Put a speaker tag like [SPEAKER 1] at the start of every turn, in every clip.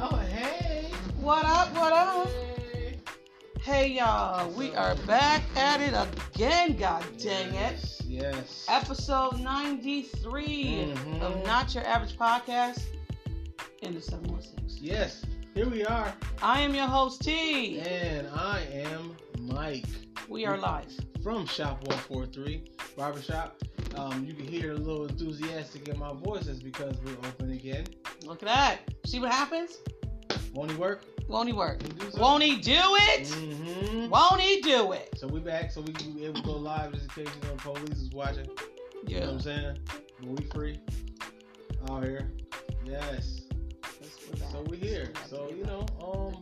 [SPEAKER 1] Oh,
[SPEAKER 2] Hey y'all, we are back at it again, god dang it.
[SPEAKER 1] Yes, Yes.
[SPEAKER 2] Episode 93
[SPEAKER 1] Mhm.
[SPEAKER 2] of Not Your Average Podcast in the 716.
[SPEAKER 1] Yes. Here we are.
[SPEAKER 2] I am your host T.
[SPEAKER 1] And I am Mike
[SPEAKER 2] We are live.
[SPEAKER 1] from Shop 143 Barbershop. Um, you can hear a little enthusiastic in my voice. That's because we're open again.
[SPEAKER 2] Look at that. See what happens?
[SPEAKER 1] Won't it work?
[SPEAKER 2] Won't he work?
[SPEAKER 1] Can we do
[SPEAKER 2] Won't he do it?
[SPEAKER 1] hmm
[SPEAKER 2] Won't he do it?
[SPEAKER 1] So we back so we can be able to go live just in case you know police is watching. You know what
[SPEAKER 2] Yeah.
[SPEAKER 1] I'm saying? But we free. Out here. Yes. So we here. So you know, um,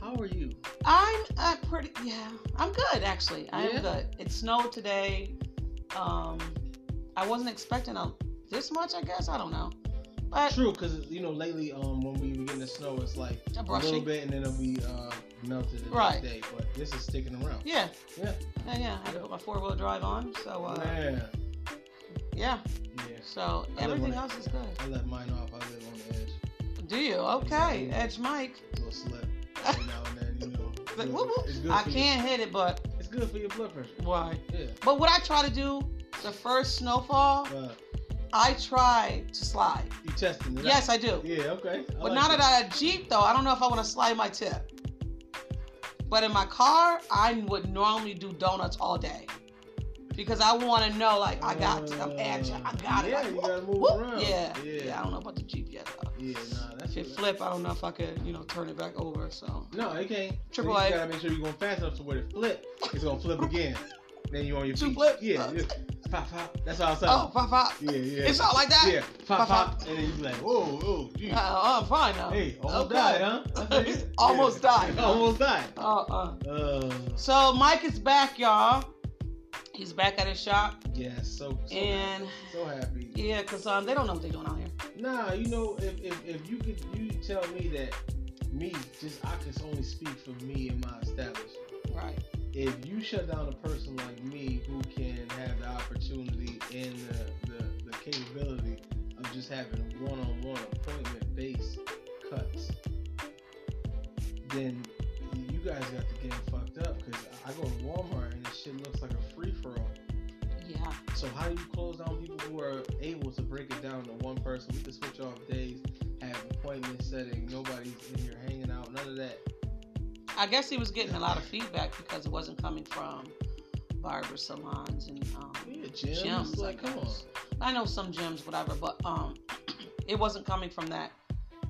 [SPEAKER 1] how are you?
[SPEAKER 2] I'm uh, pretty. Yeah, I'm good actually. I
[SPEAKER 1] Yeah?
[SPEAKER 2] am good. It snowed today. Um, I wasn't expecting a, this much. I guess I don't know, but
[SPEAKER 1] True, because you know lately, um, when we were getting the snow, it's like
[SPEAKER 2] a
[SPEAKER 1] a little
[SPEAKER 2] brushing.
[SPEAKER 1] bit, and then it'll be uh, melted the
[SPEAKER 2] Right.
[SPEAKER 1] next day. But this is sticking around.
[SPEAKER 2] Yeah.
[SPEAKER 1] Yeah.
[SPEAKER 2] Yeah, yeah. I had to put my four wheel drive on. So uh,
[SPEAKER 1] Man,
[SPEAKER 2] yeah.
[SPEAKER 1] yeah.
[SPEAKER 2] So
[SPEAKER 1] I live on
[SPEAKER 2] everything
[SPEAKER 1] the-
[SPEAKER 2] else is good.
[SPEAKER 1] I left mine off. I live on the edge.
[SPEAKER 2] Do you? Okay. Edge Mike.
[SPEAKER 1] A little slip every now and then, you know. It's
[SPEAKER 2] Like,
[SPEAKER 1] good-
[SPEAKER 2] woo, woo.
[SPEAKER 1] It's good
[SPEAKER 2] I
[SPEAKER 1] for
[SPEAKER 2] can't hit it, but
[SPEAKER 1] Your, it's good for your blood pressure.
[SPEAKER 2] why?
[SPEAKER 1] Yeah.
[SPEAKER 2] But what I try to do, the first snowfall,
[SPEAKER 1] Uh,
[SPEAKER 2] I try to slide.
[SPEAKER 1] you testing it?
[SPEAKER 2] Yes, I
[SPEAKER 1] out.
[SPEAKER 2] do.
[SPEAKER 1] Yeah. Okay. I
[SPEAKER 2] But
[SPEAKER 1] like
[SPEAKER 2] now that I have Jeep, though, I don't know if I want to slide my tip. But in my car, I would normally do donuts all day because I want to know, like, I got,
[SPEAKER 1] Uh,
[SPEAKER 2] I'm action, I got
[SPEAKER 1] yeah,
[SPEAKER 2] it. Like,
[SPEAKER 1] you gotta move
[SPEAKER 2] whoop,
[SPEAKER 1] around.
[SPEAKER 2] Yeah,
[SPEAKER 1] Yeah.
[SPEAKER 2] yeah, I don't know about the Jeep yet. Though.
[SPEAKER 1] Yeah. Nah. That's
[SPEAKER 2] If it
[SPEAKER 1] what-
[SPEAKER 2] flip, I don't know if I could, you know, turn it back over. So
[SPEAKER 1] No, it can't.
[SPEAKER 2] Triple
[SPEAKER 1] You
[SPEAKER 2] A.
[SPEAKER 1] just gotta make sure you're going fast enough to where it flip. It's gonna flip again. then you on your
[SPEAKER 2] Two
[SPEAKER 1] feet.
[SPEAKER 2] flips?
[SPEAKER 1] Yeah. yeah. Pop, pop. That's all I'm saying.
[SPEAKER 2] oh, pop pop.
[SPEAKER 1] Yeah, yeah.
[SPEAKER 2] It's not like that.
[SPEAKER 1] Yeah. Pop,
[SPEAKER 2] Pop,
[SPEAKER 1] pop. And then you be like, whoa, whoa, gee.
[SPEAKER 2] Uh, I'm fine now.
[SPEAKER 1] hey, almost
[SPEAKER 2] okay.
[SPEAKER 1] died, huh? That's it.
[SPEAKER 2] Almost died.
[SPEAKER 1] almost died.
[SPEAKER 2] Uh uh.
[SPEAKER 1] Uh,
[SPEAKER 2] So Mike is back, y'all. He's back at his shop,
[SPEAKER 1] yeah, so so,
[SPEAKER 2] and
[SPEAKER 1] happy. so happy.
[SPEAKER 2] yeah, cause um, they don't know what they're doing out here.
[SPEAKER 1] Nah, you know, if, if if you could you tell me that me just I can only speak for me and my establishment.
[SPEAKER 2] Right.
[SPEAKER 1] if you shut down a person like me who can have the opportunity and the, the, the capability of just having one-on-one appointment based cuts then you guys got the game fucked up because i go to walmart and this shit looks like a free-for-all
[SPEAKER 2] Yeah.
[SPEAKER 1] so how do you close down people who are able to break it down to one person? We can switch off days, have appointment setting, nobody's in here hanging out, none of that.
[SPEAKER 2] I guess he was getting a lot of feedback because it wasn't coming from barber salons and um,
[SPEAKER 1] Yeah, Jim,
[SPEAKER 2] gyms.
[SPEAKER 1] it's like,
[SPEAKER 2] I
[SPEAKER 1] come on.
[SPEAKER 2] guess. I know some gyms, whatever, but um, it wasn't coming from that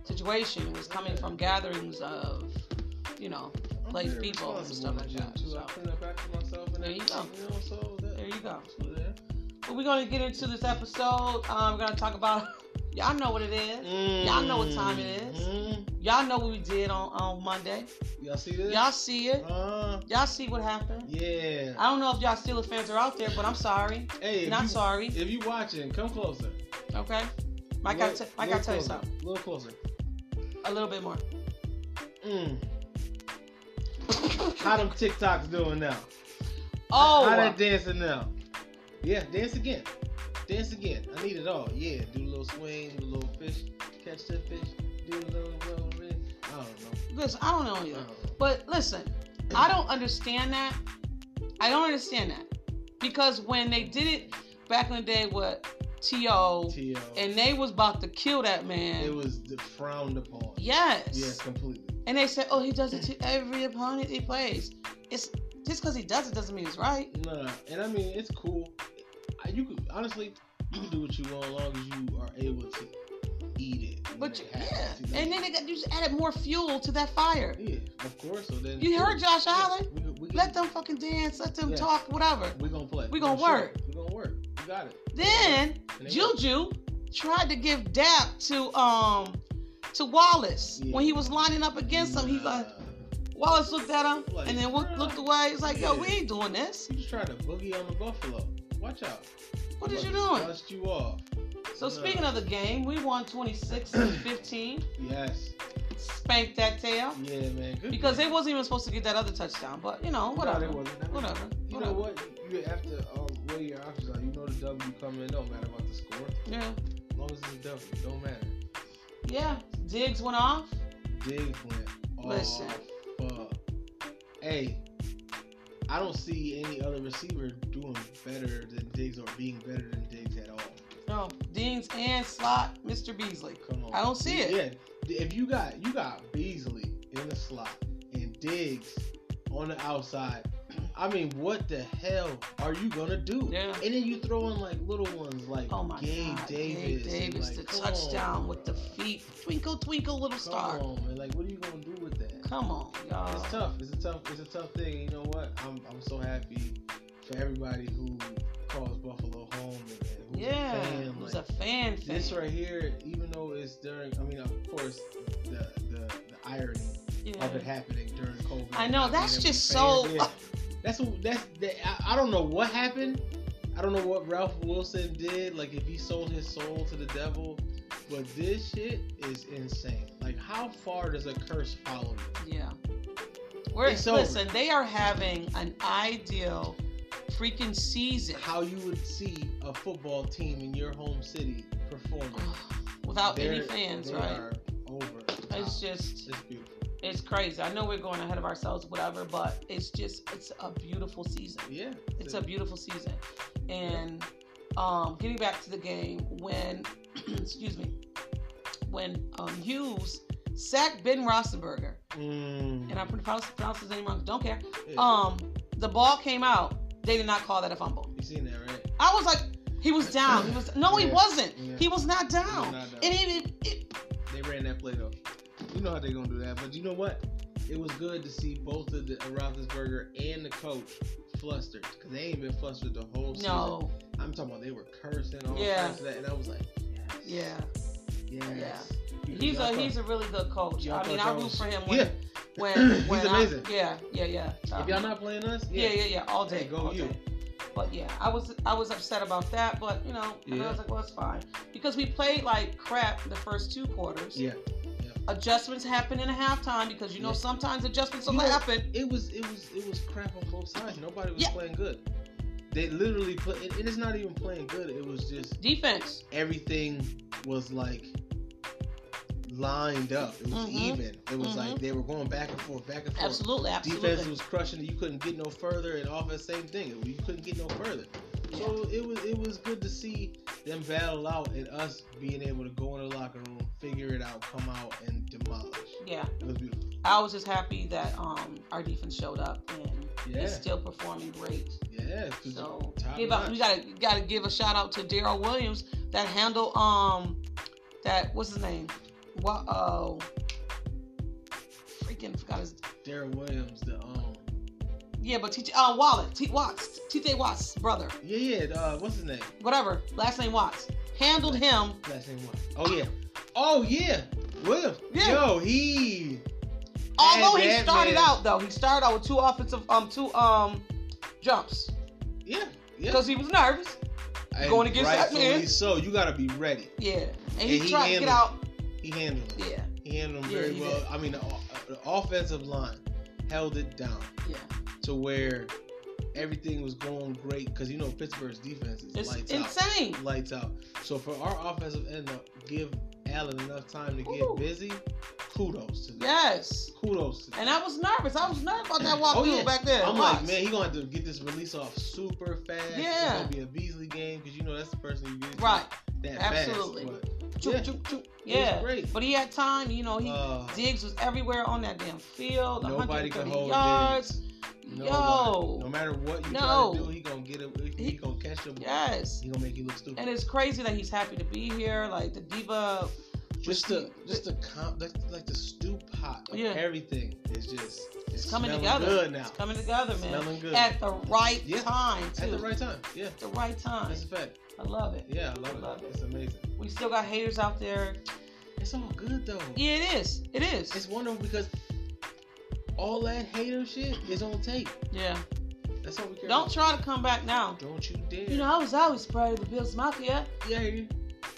[SPEAKER 2] situation. It was coming from gatherings of, you know,
[SPEAKER 1] I'm
[SPEAKER 2] like
[SPEAKER 1] very
[SPEAKER 2] people and
[SPEAKER 1] responsible
[SPEAKER 2] stuff
[SPEAKER 1] in
[SPEAKER 2] like
[SPEAKER 1] the gym,
[SPEAKER 2] that,
[SPEAKER 1] Too. I clean up after myself and
[SPEAKER 2] There you
[SPEAKER 1] everything, You know, so that,
[SPEAKER 2] there you go.
[SPEAKER 1] so there.
[SPEAKER 2] But we're gonna get into this episode. Um, we're gonna talk about y'all know what it is. Y'all know what time it is.
[SPEAKER 1] Mm.
[SPEAKER 2] Y'all know what we did on, on Monday.
[SPEAKER 1] Y'all see this?
[SPEAKER 2] Y'all see it.
[SPEAKER 1] Uh,
[SPEAKER 2] Y'all see what happened.
[SPEAKER 1] yeah.
[SPEAKER 2] I don't know if y'all Steelers fans are out there, but I'm sorry.
[SPEAKER 1] hey, if
[SPEAKER 2] Not
[SPEAKER 1] you,
[SPEAKER 2] sorry.
[SPEAKER 1] If you watching, come closer.
[SPEAKER 2] Okay. Mike,
[SPEAKER 1] Look-
[SPEAKER 2] I t- Mike, I
[SPEAKER 1] look
[SPEAKER 2] tell
[SPEAKER 1] closer.
[SPEAKER 2] you something.
[SPEAKER 1] A little closer.
[SPEAKER 2] A little bit more.
[SPEAKER 1] Mm. How them TikToks doing now?
[SPEAKER 2] oh,
[SPEAKER 1] How that dancing now? Yeah, dance again. Dance again. I need it all. Yeah, do a little swing, do a little fish, catch the fish, do a little, little, little. I don't know.
[SPEAKER 2] listen, I don't know
[SPEAKER 1] I
[SPEAKER 2] either.
[SPEAKER 1] don't know.
[SPEAKER 2] But listen, I don't understand that. I don't understand that because when they did it back in the day with To,
[SPEAKER 1] T.O.
[SPEAKER 2] and they was about to kill that
[SPEAKER 1] it
[SPEAKER 2] man.
[SPEAKER 1] was d- frowned upon.
[SPEAKER 2] Yes.
[SPEAKER 1] Yes, completely.
[SPEAKER 2] And they said, oh, he does it to every opponent he plays. It's just because he does it doesn't mean it's right.
[SPEAKER 1] No, no, and I mean it's cool. I- You could honestly, you can do what you want as long as you are able to eat it. when
[SPEAKER 2] But
[SPEAKER 1] it
[SPEAKER 2] yeah,
[SPEAKER 1] happens, you know?
[SPEAKER 2] and then they got, you just added more fuel to that fire.
[SPEAKER 1] yeah, of course. So then
[SPEAKER 2] You heard Josh
[SPEAKER 1] Yeah,
[SPEAKER 2] Allen?
[SPEAKER 1] We, could- we,
[SPEAKER 2] Let them fucking dance. Let them
[SPEAKER 1] Yeah.
[SPEAKER 2] talk. Whatever.
[SPEAKER 1] We're gonna play.
[SPEAKER 2] we gonna
[SPEAKER 1] shoot. We gonna work. You got it.
[SPEAKER 2] Then
[SPEAKER 1] And they worked.
[SPEAKER 2] Juju tried to give dap to um to Wallace
[SPEAKER 1] Yeah.
[SPEAKER 2] when he was lining up against him. He's like
[SPEAKER 1] Nah.
[SPEAKER 2] Wallace looked at him
[SPEAKER 1] Like,
[SPEAKER 2] and then looked,
[SPEAKER 1] bruh.
[SPEAKER 2] looked away. He's like, "Yo,
[SPEAKER 1] Yeah.
[SPEAKER 2] we ain't doing this.
[SPEAKER 1] you just tried to boogie on the Buffalo. Watch out.
[SPEAKER 2] What
[SPEAKER 1] I'm
[SPEAKER 2] is you
[SPEAKER 1] gonna
[SPEAKER 2] doing?"
[SPEAKER 1] Dust you off.
[SPEAKER 2] So
[SPEAKER 1] Nah.
[SPEAKER 2] speaking of the game, we won 26 to 15.
[SPEAKER 1] Yes.
[SPEAKER 2] Spanked that tail
[SPEAKER 1] Yeah, man. Good
[SPEAKER 2] because
[SPEAKER 1] game.
[SPEAKER 2] they wasn't even supposed to get that other touchdown. But you know,
[SPEAKER 1] No,
[SPEAKER 2] whatever,
[SPEAKER 1] they wasn't. That was-
[SPEAKER 2] whatever.
[SPEAKER 1] You know
[SPEAKER 2] whatever.
[SPEAKER 1] what? You have to um, weigh your options out. You know the W coming. It don't matter about the score.
[SPEAKER 2] Yeah,
[SPEAKER 1] As long as it's a W, it don't matter.
[SPEAKER 2] yeah. Diggs went off.
[SPEAKER 1] Diggs went off.
[SPEAKER 2] Listen.
[SPEAKER 1] Fuck. hey, I don't see any other receiver doing better than Diggs or being better than Diggs at all.
[SPEAKER 2] No, Deans and slot, Mr. Beasley.
[SPEAKER 1] Come on.
[SPEAKER 2] I don't see it.
[SPEAKER 1] Yeah, if you got you got Beasley in the slot and Diggs on the outside, I mean, what the hell are you gonna do?
[SPEAKER 2] Yeah.
[SPEAKER 1] And then you throw in like little ones like
[SPEAKER 2] Oh my
[SPEAKER 1] Gabe
[SPEAKER 2] God,
[SPEAKER 1] Davis,
[SPEAKER 2] Gabe Davis,
[SPEAKER 1] like,
[SPEAKER 2] the
[SPEAKER 1] come
[SPEAKER 2] touchdown
[SPEAKER 1] on,
[SPEAKER 2] with the
[SPEAKER 1] bro.
[SPEAKER 2] feet. Twinkle, twinkle, little
[SPEAKER 1] Come
[SPEAKER 2] star.
[SPEAKER 1] on, man. Like, what are you gonna do with that?
[SPEAKER 2] Come on, y'all.
[SPEAKER 1] It's tough. It's a tough. It's a tough thing. You know what? I'm I'm so happy for everybody who calls Buffalo home and who's
[SPEAKER 2] yeah,
[SPEAKER 1] a fan.
[SPEAKER 2] who's
[SPEAKER 1] like,
[SPEAKER 2] a fan? fan.
[SPEAKER 1] this right here, even though it's during, I mean, of course, the the, the irony
[SPEAKER 2] Yeah.
[SPEAKER 1] of it happening during COVID.
[SPEAKER 2] I know,
[SPEAKER 1] mean,
[SPEAKER 2] that's
[SPEAKER 1] and
[SPEAKER 2] just
[SPEAKER 1] we fans-
[SPEAKER 2] so-
[SPEAKER 1] yeah. That's what- that's that, I, I don't know what happened. I don't know what Ralph Wilson did. Like if he sold his soul to the devil, but this shit is insane. Like how far does a curse follow you?
[SPEAKER 2] Yeah. We're,
[SPEAKER 1] It's over.
[SPEAKER 2] listen, they are having an ideal freaking season
[SPEAKER 1] how you would see a football team in your home city performing
[SPEAKER 2] without any
[SPEAKER 1] They're-
[SPEAKER 2] fans,
[SPEAKER 1] they
[SPEAKER 2] right?
[SPEAKER 1] Are over. the
[SPEAKER 2] It's
[SPEAKER 1] top. it's
[SPEAKER 2] just,
[SPEAKER 1] beautiful.
[SPEAKER 2] it's crazy. I know we're going ahead of ourselves, whatever, but it's just, it's a beautiful season.
[SPEAKER 1] Yeah,
[SPEAKER 2] It's a beautiful season. And um, getting back to the game, when, excuse me, when um, Hughes sacked Ben Roethlisberger,
[SPEAKER 1] Mm,
[SPEAKER 2] and I pronounce, pronounce his name wrong, don't care.
[SPEAKER 1] yeah.
[SPEAKER 2] Um, the ball came out. They did not call that a fumble.
[SPEAKER 1] you seen that right?
[SPEAKER 2] I was like, he was down. He was no, he
[SPEAKER 1] Yeah.
[SPEAKER 2] wasn't.
[SPEAKER 1] Yeah.
[SPEAKER 2] He was not
[SPEAKER 1] It was
[SPEAKER 2] down.
[SPEAKER 1] not
[SPEAKER 2] And
[SPEAKER 1] done.
[SPEAKER 2] it, it, it,
[SPEAKER 1] they ran that play though. You know how they're gonna do that, but you know what? It was good to see both of the Roethlisberger and the coach flustered because they ain't been flustered the whole season.
[SPEAKER 2] no,
[SPEAKER 1] I'm talking about they were cursing all
[SPEAKER 2] Yeah.
[SPEAKER 1] kinds of that, and I was like, yes,
[SPEAKER 2] yeah,
[SPEAKER 1] yes. Because
[SPEAKER 2] he's
[SPEAKER 1] y'all
[SPEAKER 2] a
[SPEAKER 1] thought-
[SPEAKER 2] he's a really good coach.
[SPEAKER 1] y'all
[SPEAKER 2] I mean,
[SPEAKER 1] thought
[SPEAKER 2] I
[SPEAKER 1] y'all
[SPEAKER 2] root
[SPEAKER 1] was-
[SPEAKER 2] for him when
[SPEAKER 1] yeah.
[SPEAKER 2] when
[SPEAKER 1] He's
[SPEAKER 2] when I-
[SPEAKER 1] amazing.
[SPEAKER 2] yeah, yeah, yeah. Um,
[SPEAKER 1] If y'all not playing us,
[SPEAKER 2] yeah, yeah, yeah, all
[SPEAKER 1] Hey,
[SPEAKER 2] day,
[SPEAKER 1] go
[SPEAKER 2] all
[SPEAKER 1] you.
[SPEAKER 2] day. But yeah, I was I was upset about that, but you know, I
[SPEAKER 1] Yeah.
[SPEAKER 2] was like, well, it's fine because we played like crap the first two quarters.
[SPEAKER 1] yeah.
[SPEAKER 2] Adjustments happen in a halftime because you know
[SPEAKER 1] Yeah.
[SPEAKER 2] sometimes adjustments don't
[SPEAKER 1] You know-
[SPEAKER 2] happen.
[SPEAKER 1] it was it was it was crap on both sides. Nobody was
[SPEAKER 2] Yeah.
[SPEAKER 1] playing good. They literally put it, and it's not even playing good. It was just
[SPEAKER 2] Defense,
[SPEAKER 1] everything was like lined up. It was
[SPEAKER 2] Mhm.
[SPEAKER 1] even. It was
[SPEAKER 2] Mhm.
[SPEAKER 1] like they were going back and forth, back and forth.
[SPEAKER 2] absolutely, absolutely.
[SPEAKER 1] Defense was crushing it. You couldn't get no further, and offense same thing. You couldn't get no further. So it was it was good to see them battle out and us being able to go in the locker room, figure it out, come out and demolish.
[SPEAKER 2] yeah.
[SPEAKER 1] It was beautiful.
[SPEAKER 2] I was just happy that um, our defense showed up and
[SPEAKER 1] Yeah,
[SPEAKER 2] is still performing great.
[SPEAKER 1] yeah. 'cause
[SPEAKER 2] So
[SPEAKER 1] top
[SPEAKER 2] give up, we
[SPEAKER 1] notch.
[SPEAKER 2] gotta gotta give a shout out to Daryl Williams that handle um that what's his name? What oh freaking forgot his
[SPEAKER 1] Darren Williams, the um,
[SPEAKER 2] yeah, but TJ uh, Wallet T Watts TJ Watts brother
[SPEAKER 1] yeah, yeah, the, uh, what's his name?
[SPEAKER 2] whatever last name Watts handled him.
[SPEAKER 1] Last name what? Oh yeah, oh yeah, Williams.
[SPEAKER 2] Yeah.
[SPEAKER 1] Yo, he.
[SPEAKER 2] Although
[SPEAKER 1] had
[SPEAKER 2] he
[SPEAKER 1] that
[SPEAKER 2] started
[SPEAKER 1] man-
[SPEAKER 2] out though he started out with two offensive um two um jumps
[SPEAKER 1] Yeah, yeah.
[SPEAKER 2] because he was nervous.
[SPEAKER 1] And
[SPEAKER 2] going against that man.
[SPEAKER 1] rightfully So you gotta be ready.
[SPEAKER 2] Yeah, and
[SPEAKER 1] And
[SPEAKER 2] he,
[SPEAKER 1] he
[SPEAKER 2] tried to get out.
[SPEAKER 1] handled He handled him.
[SPEAKER 2] Yeah,
[SPEAKER 1] He handled him
[SPEAKER 2] Yeah,
[SPEAKER 1] very
[SPEAKER 2] he
[SPEAKER 1] well.
[SPEAKER 2] did.
[SPEAKER 1] I mean, the, o- the offensive line held it down
[SPEAKER 2] yeah.
[SPEAKER 1] to where everything was going great because you know Pittsburgh's defense is
[SPEAKER 2] It's
[SPEAKER 1] lights out.
[SPEAKER 2] insane.
[SPEAKER 1] lights out. So for our offensive end to give Allen enough time to get
[SPEAKER 2] Ooh.
[SPEAKER 1] busy, kudos to them.
[SPEAKER 2] Yes.
[SPEAKER 1] Kudos to them.
[SPEAKER 2] And I was nervous. I was nervous about that walk
[SPEAKER 1] Oh,
[SPEAKER 2] through
[SPEAKER 1] yeah.
[SPEAKER 2] back there.
[SPEAKER 1] I'm
[SPEAKER 2] Watts.
[SPEAKER 1] like, man, he gonna have to get this release off super fast. It's
[SPEAKER 2] Yeah.
[SPEAKER 1] gonna be a Beasley game because you know that's the person you get
[SPEAKER 2] Right.
[SPEAKER 1] that
[SPEAKER 2] absolutely.
[SPEAKER 1] fast. But
[SPEAKER 2] Choop,
[SPEAKER 1] Yeah.
[SPEAKER 2] choop, choop.
[SPEAKER 1] it was
[SPEAKER 2] Yeah.
[SPEAKER 1] great.
[SPEAKER 2] But he had time, you know, he
[SPEAKER 1] Uh,
[SPEAKER 2] Diggs was everywhere on that damn field.
[SPEAKER 1] nobody
[SPEAKER 2] 130
[SPEAKER 1] can hold
[SPEAKER 2] yards.
[SPEAKER 1] Diggs. Nobody.
[SPEAKER 2] Yo.
[SPEAKER 1] No matter what you
[SPEAKER 2] No.
[SPEAKER 1] try to do, he gonna get it. He,
[SPEAKER 2] He-
[SPEAKER 1] gonna catch the ball.
[SPEAKER 2] Yes.
[SPEAKER 1] He gonna make you look stupid.
[SPEAKER 2] And it's crazy that he's happy to be here. Like the diva
[SPEAKER 1] just the just the comp, like, like the stew pot of
[SPEAKER 2] Yeah.
[SPEAKER 1] everything is just
[SPEAKER 2] is coming
[SPEAKER 1] smelling
[SPEAKER 2] together.
[SPEAKER 1] Good now.
[SPEAKER 2] It's coming together, man.
[SPEAKER 1] Smelling good.
[SPEAKER 2] At the right
[SPEAKER 1] Yeah.
[SPEAKER 2] time, too.
[SPEAKER 1] At the right time. Yeah.
[SPEAKER 2] At the right time.
[SPEAKER 1] That's a fact.
[SPEAKER 2] I love it.
[SPEAKER 1] Yeah, I love,
[SPEAKER 2] Love
[SPEAKER 1] it.
[SPEAKER 2] it.
[SPEAKER 1] It's amazing.
[SPEAKER 2] We still got haters out there.
[SPEAKER 1] It's all good though.
[SPEAKER 2] Yeah, it is. It is.
[SPEAKER 1] It's wonderful because all that hater shit is on tape.
[SPEAKER 2] yeah.
[SPEAKER 1] That's all we care
[SPEAKER 2] Don't
[SPEAKER 1] about.
[SPEAKER 2] try to come back now.
[SPEAKER 1] Don't you dare.
[SPEAKER 2] You know, I was always part of the Bills Mafia.
[SPEAKER 1] yeah, you.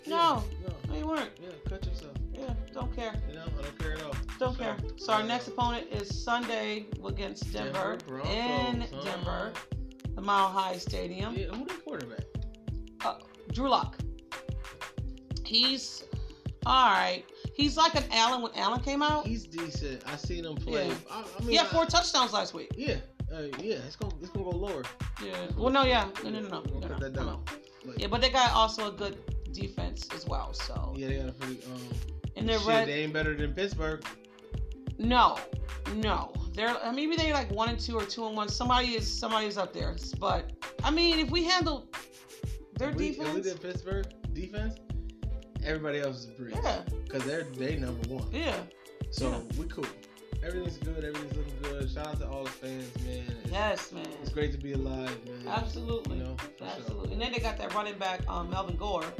[SPEAKER 2] No.
[SPEAKER 1] Yeah, no.
[SPEAKER 2] No, you weren't.
[SPEAKER 1] Yeah, cut yourself.
[SPEAKER 2] Yeah, don't care.
[SPEAKER 1] You know, I don't care at all.
[SPEAKER 2] Don't
[SPEAKER 1] So,
[SPEAKER 2] care. So our
[SPEAKER 1] yeah.
[SPEAKER 2] next opponent is Sunday against Denver,
[SPEAKER 1] Broncos,
[SPEAKER 2] in
[SPEAKER 1] huh?
[SPEAKER 2] Denver, the Mile High Stadium.
[SPEAKER 1] Yeah, who the quarterback?
[SPEAKER 2] Drew Lock. He's all right. He's like an Allen when Allen came out.
[SPEAKER 1] He's decent. I seen him play.
[SPEAKER 2] Yeah.
[SPEAKER 1] I, I mean,
[SPEAKER 2] He had four
[SPEAKER 1] I-
[SPEAKER 2] touchdowns last week.
[SPEAKER 1] yeah, uh, yeah. It's gonna it's gonna go lower.
[SPEAKER 2] Yeah. Well, no, yeah. No, no, no, no.
[SPEAKER 1] We're gonna cut
[SPEAKER 2] no, no,
[SPEAKER 1] that
[SPEAKER 2] no,
[SPEAKER 1] down.
[SPEAKER 2] no.
[SPEAKER 1] Like,
[SPEAKER 2] Yeah, but they got also a good defense as well. So
[SPEAKER 1] yeah, they got a pretty. Um,
[SPEAKER 2] and they're
[SPEAKER 1] shit,
[SPEAKER 2] red.
[SPEAKER 1] they ain't better than Pittsburgh.
[SPEAKER 2] no, no. They're uh, maybe they like one and two or two and one. Somebody is somebody is up there. But I mean, if we handle their
[SPEAKER 1] If we- if
[SPEAKER 2] defense,
[SPEAKER 1] We did Pittsburgh defense. Everybody else is breeze.
[SPEAKER 2] yeah,
[SPEAKER 1] Cause they're they number one.
[SPEAKER 2] yeah,
[SPEAKER 1] So
[SPEAKER 2] Yeah.
[SPEAKER 1] we cool. Everything's good. Everything's looking good. Shout out to all the fans, man. It's,
[SPEAKER 2] yes, man,
[SPEAKER 1] it's great to be alive, man.
[SPEAKER 2] absolutely,
[SPEAKER 1] You know, for
[SPEAKER 2] absolutely. And then they got that running back, um, Melvin Gore.
[SPEAKER 1] sure.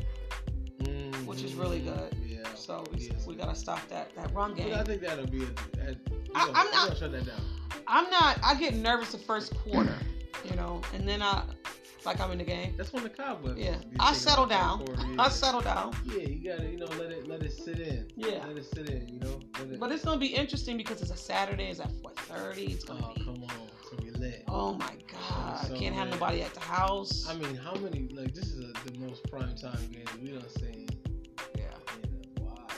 [SPEAKER 1] Mhm.
[SPEAKER 2] Which is really good.
[SPEAKER 1] Yeah.
[SPEAKER 2] So we,
[SPEAKER 1] Yes.
[SPEAKER 2] we gotta stop that that run game.
[SPEAKER 1] But I think that'll be. A, that,
[SPEAKER 2] I-
[SPEAKER 1] we're gonna-
[SPEAKER 2] I'm
[SPEAKER 1] we're
[SPEAKER 2] not-
[SPEAKER 1] gonna shut that down.
[SPEAKER 2] I'm not. I get nervous the first quarter, you know, and then I like I'm in the game.
[SPEAKER 1] That's when the cobwebs.
[SPEAKER 2] Yeah.
[SPEAKER 1] be
[SPEAKER 2] I
[SPEAKER 1] taken
[SPEAKER 2] settle
[SPEAKER 1] out that
[SPEAKER 2] down.
[SPEAKER 1] core, yeah.
[SPEAKER 2] I settle down.
[SPEAKER 1] Yeah, you gotta you know let it let it sit in.
[SPEAKER 2] Yeah.
[SPEAKER 1] Let it sit in. You know. Let it,
[SPEAKER 2] But it's gonna be interesting because it's a Saturday. It's at 4:30. It's gonna
[SPEAKER 1] oh
[SPEAKER 2] be.
[SPEAKER 1] come on, it's gonna be lit.
[SPEAKER 2] Oh my God!
[SPEAKER 1] So
[SPEAKER 2] Can't have
[SPEAKER 1] lit.
[SPEAKER 2] nobody at the house.
[SPEAKER 1] I mean, how many like this is a, the most prime time game we done seen
[SPEAKER 2] yeah.
[SPEAKER 1] in a while.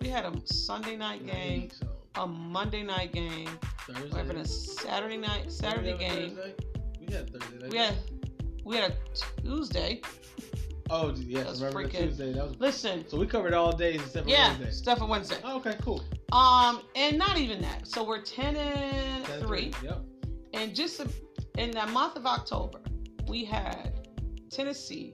[SPEAKER 2] We had a Sunday night
[SPEAKER 1] Not
[SPEAKER 2] game,
[SPEAKER 1] week, So
[SPEAKER 2] a Monday night game,
[SPEAKER 1] Thursday.
[SPEAKER 2] we're having a Saturday night Saturday
[SPEAKER 1] Did we have a
[SPEAKER 2] game.
[SPEAKER 1] Thursday? We had Thursday. night.
[SPEAKER 2] We had we had a Tuesday.
[SPEAKER 1] Oh dude, yes,
[SPEAKER 2] That's
[SPEAKER 1] remember the
[SPEAKER 2] freaking-
[SPEAKER 1] Tuesday? That was
[SPEAKER 2] Listen.
[SPEAKER 1] so we covered all days except for
[SPEAKER 2] Yeah,
[SPEAKER 1] Wednesday.
[SPEAKER 2] stuff on Wednesday.
[SPEAKER 1] Oh, okay, cool.
[SPEAKER 2] Um, and not even that. So we're ten and
[SPEAKER 1] That's
[SPEAKER 2] three.
[SPEAKER 1] Yep.
[SPEAKER 2] And just in the month of October, we had Tennessee,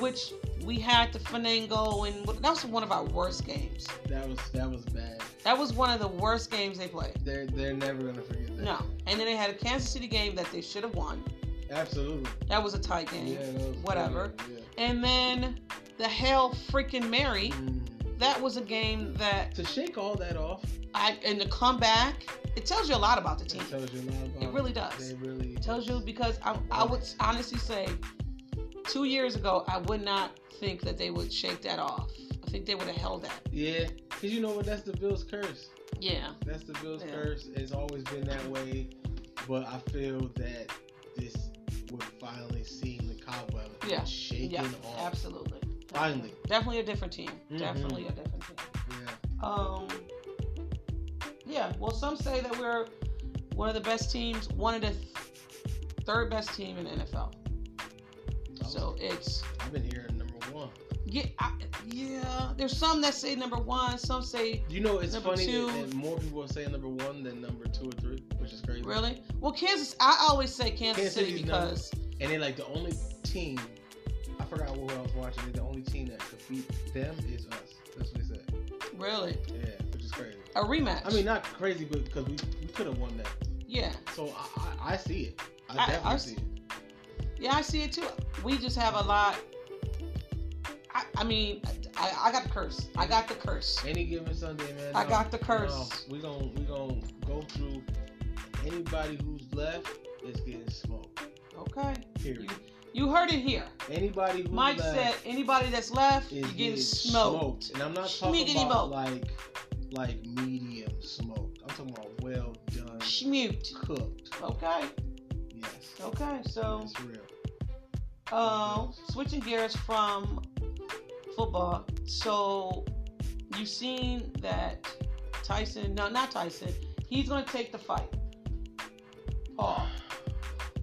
[SPEAKER 2] which we had the Finago, and that was one of our worst games.
[SPEAKER 1] That was that was bad.
[SPEAKER 2] That was one of the worst games they played.
[SPEAKER 1] They're they're never gonna forget that.
[SPEAKER 2] No. And then they had a Kansas City game that they should have won.
[SPEAKER 1] Absolutely.
[SPEAKER 2] That was a tight game.
[SPEAKER 1] Yeah. That was
[SPEAKER 2] Whatever.
[SPEAKER 1] Yeah.
[SPEAKER 2] And then the Hell Freaking Mary.
[SPEAKER 1] Mm.
[SPEAKER 2] That was a game that
[SPEAKER 1] To shake all that off,
[SPEAKER 2] I, and the comeback, it tells you a lot about the
[SPEAKER 1] it
[SPEAKER 2] team.
[SPEAKER 1] tells you a lot about
[SPEAKER 2] It really does.
[SPEAKER 1] They really
[SPEAKER 2] tells you because I, I would honestly say two years ago I would not think that they would shake that off. I think they would have held that.
[SPEAKER 1] Yeah, cause you know what? That's the Bills' curse.
[SPEAKER 2] Yeah.
[SPEAKER 1] That's the Bills'
[SPEAKER 2] Yeah.
[SPEAKER 1] curse. It's always been that way, but I feel that this would finally seem the cobweb
[SPEAKER 2] Yeah.
[SPEAKER 1] shaken
[SPEAKER 2] yeah.
[SPEAKER 1] off.
[SPEAKER 2] Absolutely.
[SPEAKER 1] Finally.
[SPEAKER 2] Definitely a different team.
[SPEAKER 1] Mhm.
[SPEAKER 2] Definitely a different team.
[SPEAKER 1] Yeah.
[SPEAKER 2] Um. Yeah. Well, some say that we're one of the best teams, one of the th- third best team in the NFL.
[SPEAKER 1] I was-
[SPEAKER 2] So it's
[SPEAKER 1] I've been hearing number one.
[SPEAKER 2] yeah, I, yeah. There's some that say number one, some say
[SPEAKER 1] You know, it's
[SPEAKER 2] Number
[SPEAKER 1] funny
[SPEAKER 2] two.
[SPEAKER 1] that, that more people are saying number one than number two or three, which is crazy.
[SPEAKER 2] really. Well, Kansas. I always say Kansas,
[SPEAKER 1] Kansas
[SPEAKER 2] City
[SPEAKER 1] City's number-
[SPEAKER 2] because
[SPEAKER 1] And they like the only team. I forgot who I was watching. They're the only team that could beat them is us. That's what they said.
[SPEAKER 2] Really?
[SPEAKER 1] Yeah, which is crazy.
[SPEAKER 2] A rematch?
[SPEAKER 1] I mean, not crazy, but because we, we could have won that.
[SPEAKER 2] yeah.
[SPEAKER 1] So I, I, I see it. I,
[SPEAKER 2] I-
[SPEAKER 1] definitely
[SPEAKER 2] I-
[SPEAKER 1] see it.
[SPEAKER 2] Yeah, I see it too. We just have a lot. I, I mean, I, I got the curse. I got the curse.
[SPEAKER 1] Any given Sunday, man.
[SPEAKER 2] I
[SPEAKER 1] no,
[SPEAKER 2] got the curse.
[SPEAKER 1] No, we gon' we gon' go through anybody who's left is getting smoked.
[SPEAKER 2] Okay.
[SPEAKER 1] Period.
[SPEAKER 2] You heard it here.
[SPEAKER 1] Anybody who's
[SPEAKER 2] Mike
[SPEAKER 1] left
[SPEAKER 2] said anybody that's left,
[SPEAKER 1] is
[SPEAKER 2] you getting smoked.
[SPEAKER 1] And I'm not talking
[SPEAKER 2] Schmiggity
[SPEAKER 1] about
[SPEAKER 2] moke.
[SPEAKER 1] like like medium smoked. I'm talking about well done,
[SPEAKER 2] Schmute.
[SPEAKER 1] cooked.
[SPEAKER 2] Okay.
[SPEAKER 1] Yes.
[SPEAKER 2] Okay. So,
[SPEAKER 1] That's real.
[SPEAKER 2] uh, switching gears from football. So, you've seen that Tyson? No, not Tyson. He's gonna take the fight. Paul.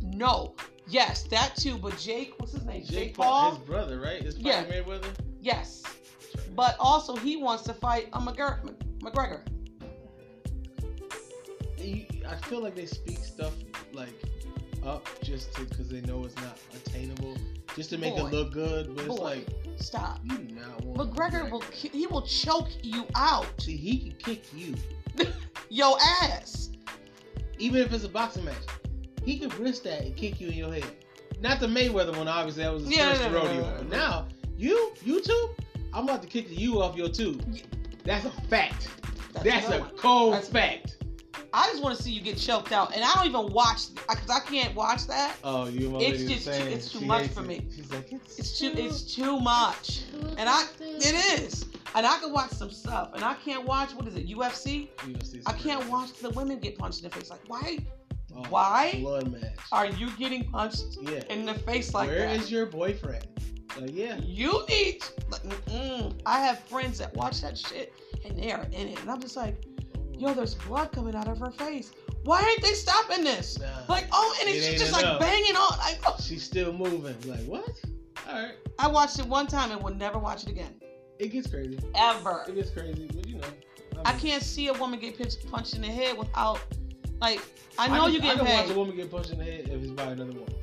[SPEAKER 2] No. Yes, that too. But Jake, what's his name? Jake,
[SPEAKER 1] Jake
[SPEAKER 2] Paul.
[SPEAKER 1] Paul, his brother, right? Is
[SPEAKER 2] Yeah.
[SPEAKER 1] Floyd Mayweather?
[SPEAKER 2] Yes, but also he wants to fight a McGregor. McGregor.
[SPEAKER 1] you, I feel like they speak stuff like up just to because they know it's not attainable, just to make
[SPEAKER 2] Boy.
[SPEAKER 1] it look good. But it's
[SPEAKER 2] Boy.
[SPEAKER 1] like
[SPEAKER 2] Stop.
[SPEAKER 1] you do not want
[SPEAKER 2] McGregor will ki- he will choke you out,
[SPEAKER 1] See, he can kick you,
[SPEAKER 2] yo ass.
[SPEAKER 1] even if it's a boxing match. He can risk that and kick you in your head. Not the Mayweather one, obviously. That was his
[SPEAKER 2] Yeah,
[SPEAKER 1] first
[SPEAKER 2] no, no, no,
[SPEAKER 1] rodeo.
[SPEAKER 2] no, no,
[SPEAKER 1] But
[SPEAKER 2] no.
[SPEAKER 1] Now you, you two, I'm about to kick you off your tube.
[SPEAKER 2] Yeah.
[SPEAKER 1] That's a fact. That's, a
[SPEAKER 2] another one.
[SPEAKER 1] cold
[SPEAKER 2] That's-
[SPEAKER 1] fact.
[SPEAKER 2] I just want to see you get choked out, and I don't even watch because I can't watch that.
[SPEAKER 1] Oh, you
[SPEAKER 2] It's just too-
[SPEAKER 1] saying
[SPEAKER 2] it's too
[SPEAKER 1] she
[SPEAKER 2] much
[SPEAKER 1] hates
[SPEAKER 2] for
[SPEAKER 1] it.
[SPEAKER 2] me.
[SPEAKER 1] She's like, it's,
[SPEAKER 2] It's too it's too much, and I it is, and I can watch some stuff, and I can't watch what is it UFC?
[SPEAKER 1] You gonna see
[SPEAKER 2] I
[SPEAKER 1] some
[SPEAKER 2] can't
[SPEAKER 1] crazy-
[SPEAKER 2] watch the women get punched in the face. Like why
[SPEAKER 1] Oh,
[SPEAKER 2] Why?
[SPEAKER 1] Blood match.
[SPEAKER 2] are you getting punched
[SPEAKER 1] Yeah.
[SPEAKER 2] in the face like
[SPEAKER 1] Where
[SPEAKER 2] that?
[SPEAKER 1] is your boyfriend? Like, yeah.
[SPEAKER 2] You need. Like, mm-mm. I have friends that watch that shit, and they are in it. And I'm just like, yo, there's blood coming out of her face. Why aren't they stopping this?
[SPEAKER 1] Nah.
[SPEAKER 2] Like, oh, and
[SPEAKER 1] It
[SPEAKER 2] she's
[SPEAKER 1] ain't
[SPEAKER 2] just
[SPEAKER 1] enough.
[SPEAKER 2] like banging on. Like, oh.
[SPEAKER 1] She's still moving. Like what? All right.
[SPEAKER 2] I watched it one time and will never watch it again,
[SPEAKER 1] It gets crazy.
[SPEAKER 2] ever.
[SPEAKER 1] It gets crazy. But you know,
[SPEAKER 2] I
[SPEAKER 1] mean,
[SPEAKER 2] can't see a woman get pitch- punched in the head without, like, I
[SPEAKER 1] I
[SPEAKER 2] know
[SPEAKER 1] can-
[SPEAKER 2] you
[SPEAKER 1] I
[SPEAKER 2] get
[SPEAKER 1] can watch a
[SPEAKER 2] paid.
[SPEAKER 1] woman get punched in the head if it's by another woman.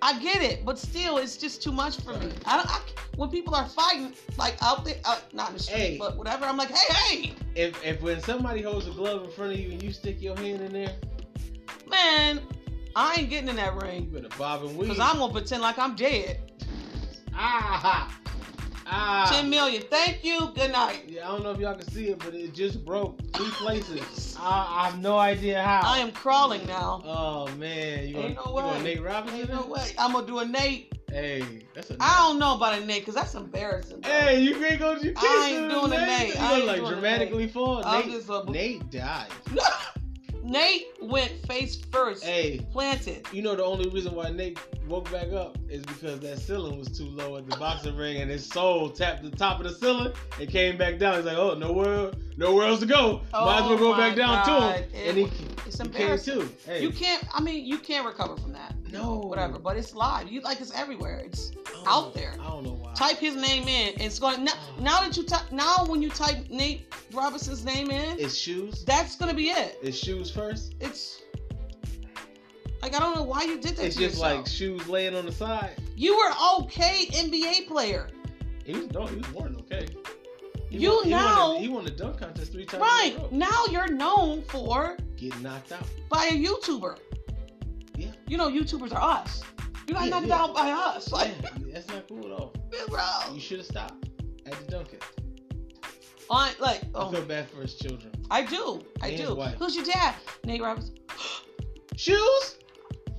[SPEAKER 2] I get it, but still, it's just too much for me.
[SPEAKER 1] Right.
[SPEAKER 2] I don't. I, c- when people are fighting, like out there, out, not in the street,
[SPEAKER 1] Hey.
[SPEAKER 2] but whatever, I'm like, hey, hey,
[SPEAKER 1] If if when somebody holds a glove in front of you and you stick your hand in there,
[SPEAKER 2] man, I ain't getting in that
[SPEAKER 1] you
[SPEAKER 2] ring
[SPEAKER 1] better bob and weave.
[SPEAKER 2] because I'm gonna pretend like I'm dead.
[SPEAKER 1] ah ah.
[SPEAKER 2] Ten million, thank you, good night.
[SPEAKER 1] Yeah, I don't know if y'all can see it, but it just broke three places. I, I have no idea how.
[SPEAKER 2] I am crawling now.
[SPEAKER 1] Oh man, you want
[SPEAKER 2] Ain't no
[SPEAKER 1] you want
[SPEAKER 2] way.
[SPEAKER 1] Nate Robinson?
[SPEAKER 2] Ain't no way. I'm gonna do a Nate.
[SPEAKER 1] Hey, that's a.
[SPEAKER 2] I don't know about a Nate because that's embarrassing. bro.
[SPEAKER 1] Hey, you can't go. You can't
[SPEAKER 2] I ain't
[SPEAKER 1] do
[SPEAKER 2] doing a
[SPEAKER 1] Nate.
[SPEAKER 2] Nate.
[SPEAKER 1] You
[SPEAKER 2] I
[SPEAKER 1] gonna,
[SPEAKER 2] ain't
[SPEAKER 1] like
[SPEAKER 2] doing a
[SPEAKER 1] dramatically fall.
[SPEAKER 2] I'm
[SPEAKER 1] Nate,
[SPEAKER 2] just a-
[SPEAKER 1] Nate died.
[SPEAKER 2] Nate went face first,
[SPEAKER 1] Hey,
[SPEAKER 2] planted.
[SPEAKER 1] you know the only reason why Nate woke back up is because that ceiling was too low at the boxing ring, and his soul tapped the top of the ceiling and came back down. He's like, oh, nowhere, nowhere else to go. Might as well
[SPEAKER 2] Oh
[SPEAKER 1] go
[SPEAKER 2] my
[SPEAKER 1] back down
[SPEAKER 2] God.
[SPEAKER 1] to him,
[SPEAKER 2] It-
[SPEAKER 1] and he,
[SPEAKER 2] It's
[SPEAKER 1] he came
[SPEAKER 2] embarrassing.
[SPEAKER 1] too. Hey,
[SPEAKER 2] You can't. I mean, you can't recover from that.
[SPEAKER 1] no,
[SPEAKER 2] Whatever. But it's live. You like it's everywhere. It's
[SPEAKER 1] I don't
[SPEAKER 2] out
[SPEAKER 1] know-
[SPEAKER 2] there.
[SPEAKER 1] I don't know why.
[SPEAKER 2] type his name in. It's going now.
[SPEAKER 1] Ah.
[SPEAKER 2] Now that you type now when you type Nate Robinson's name in,
[SPEAKER 1] It's shoes.
[SPEAKER 2] that's gonna be it.
[SPEAKER 1] It's shoes first.
[SPEAKER 2] It's like I don't know why you did that.
[SPEAKER 1] It's
[SPEAKER 2] to
[SPEAKER 1] just
[SPEAKER 2] yourself.
[SPEAKER 1] like shoes laying on the side.
[SPEAKER 2] you were okay NBA player.
[SPEAKER 1] He was no, he was more than okay. He
[SPEAKER 2] You
[SPEAKER 1] won, he won
[SPEAKER 2] know-
[SPEAKER 1] the- he won the dunk contest three times.
[SPEAKER 2] Right
[SPEAKER 1] in a row.
[SPEAKER 2] now you're known for
[SPEAKER 1] Getting knocked out.
[SPEAKER 2] by a YouTuber.
[SPEAKER 1] Yeah.
[SPEAKER 2] You know YouTubers are us. You got
[SPEAKER 1] Yeah,
[SPEAKER 2] knocked
[SPEAKER 1] yeah.
[SPEAKER 2] out by us. Like,
[SPEAKER 1] Yeah, that's not cool at all.
[SPEAKER 2] bro.
[SPEAKER 1] You should have stopped at the dunk. contest.
[SPEAKER 2] I, like,
[SPEAKER 1] I feel
[SPEAKER 2] oh,
[SPEAKER 1] bad for his children.
[SPEAKER 2] I do. I
[SPEAKER 1] And his
[SPEAKER 2] do.
[SPEAKER 1] wife.
[SPEAKER 2] Who's your dad? Nate Robinson.
[SPEAKER 1] Shoes,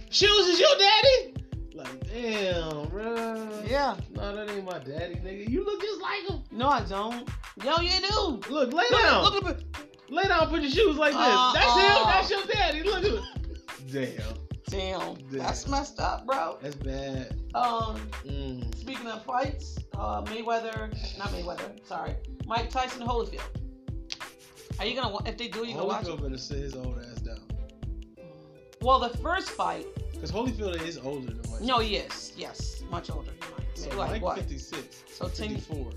[SPEAKER 1] shoes is your daddy. Like damn, bro.
[SPEAKER 2] Yeah.
[SPEAKER 1] No, that ain't my daddy, nigga. You look just like him.
[SPEAKER 2] No, I don't. No, you do.
[SPEAKER 1] Look, lay
[SPEAKER 2] Look,
[SPEAKER 1] down.
[SPEAKER 2] look at
[SPEAKER 1] Lay down, put your shoes like this.
[SPEAKER 2] Uh,
[SPEAKER 1] that's
[SPEAKER 2] uh.
[SPEAKER 1] him. That's your daddy. Look at it. Damn,
[SPEAKER 2] Damn,
[SPEAKER 1] Damn.
[SPEAKER 2] that's messed up, bro.
[SPEAKER 1] that's bad.
[SPEAKER 2] Um,
[SPEAKER 1] Mm.
[SPEAKER 2] speaking of fights, uh, Mayweather, not Mayweather, sorry, Mike Tyson Holyfield. Are you gonna wa- if they do, you gonna watch it?
[SPEAKER 1] Holyfield better sit his old ass down.
[SPEAKER 2] Well, the first fight,
[SPEAKER 1] Cause Holyfield is older than Mike.
[SPEAKER 2] no, yes, yes, much older than Mike.
[SPEAKER 1] so
[SPEAKER 2] like
[SPEAKER 1] Mike
[SPEAKER 2] what?
[SPEAKER 1] 56,
[SPEAKER 2] So ten,
[SPEAKER 1] 54.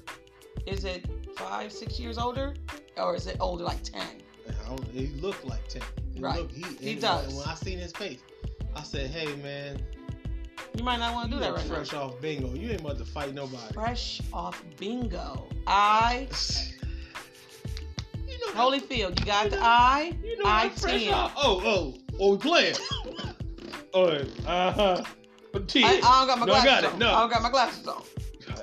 [SPEAKER 2] is it five, six years older, or is it older like ten?
[SPEAKER 1] I don't, he looked like ten. He
[SPEAKER 2] Right.
[SPEAKER 1] looked-
[SPEAKER 2] He
[SPEAKER 1] and
[SPEAKER 2] does.
[SPEAKER 1] When I seen his face, I said, "Hey man,
[SPEAKER 2] You might not want to
[SPEAKER 1] you
[SPEAKER 2] do that
[SPEAKER 1] look
[SPEAKER 2] right
[SPEAKER 1] fresh off bingo. You ain't about to fight nobody."
[SPEAKER 2] now. Fresh off bingo, I
[SPEAKER 1] you know, that-
[SPEAKER 2] Holyfield, you got the eye.
[SPEAKER 1] you know
[SPEAKER 2] I
[SPEAKER 1] that fresh
[SPEAKER 2] ten.
[SPEAKER 1] off. Oh oh oh, we playing. oh uh huh. Ten.
[SPEAKER 2] I, I don't got my
[SPEAKER 1] No, I
[SPEAKER 2] glasses
[SPEAKER 1] got it.
[SPEAKER 2] on.
[SPEAKER 1] No.
[SPEAKER 2] I don't got my glasses on.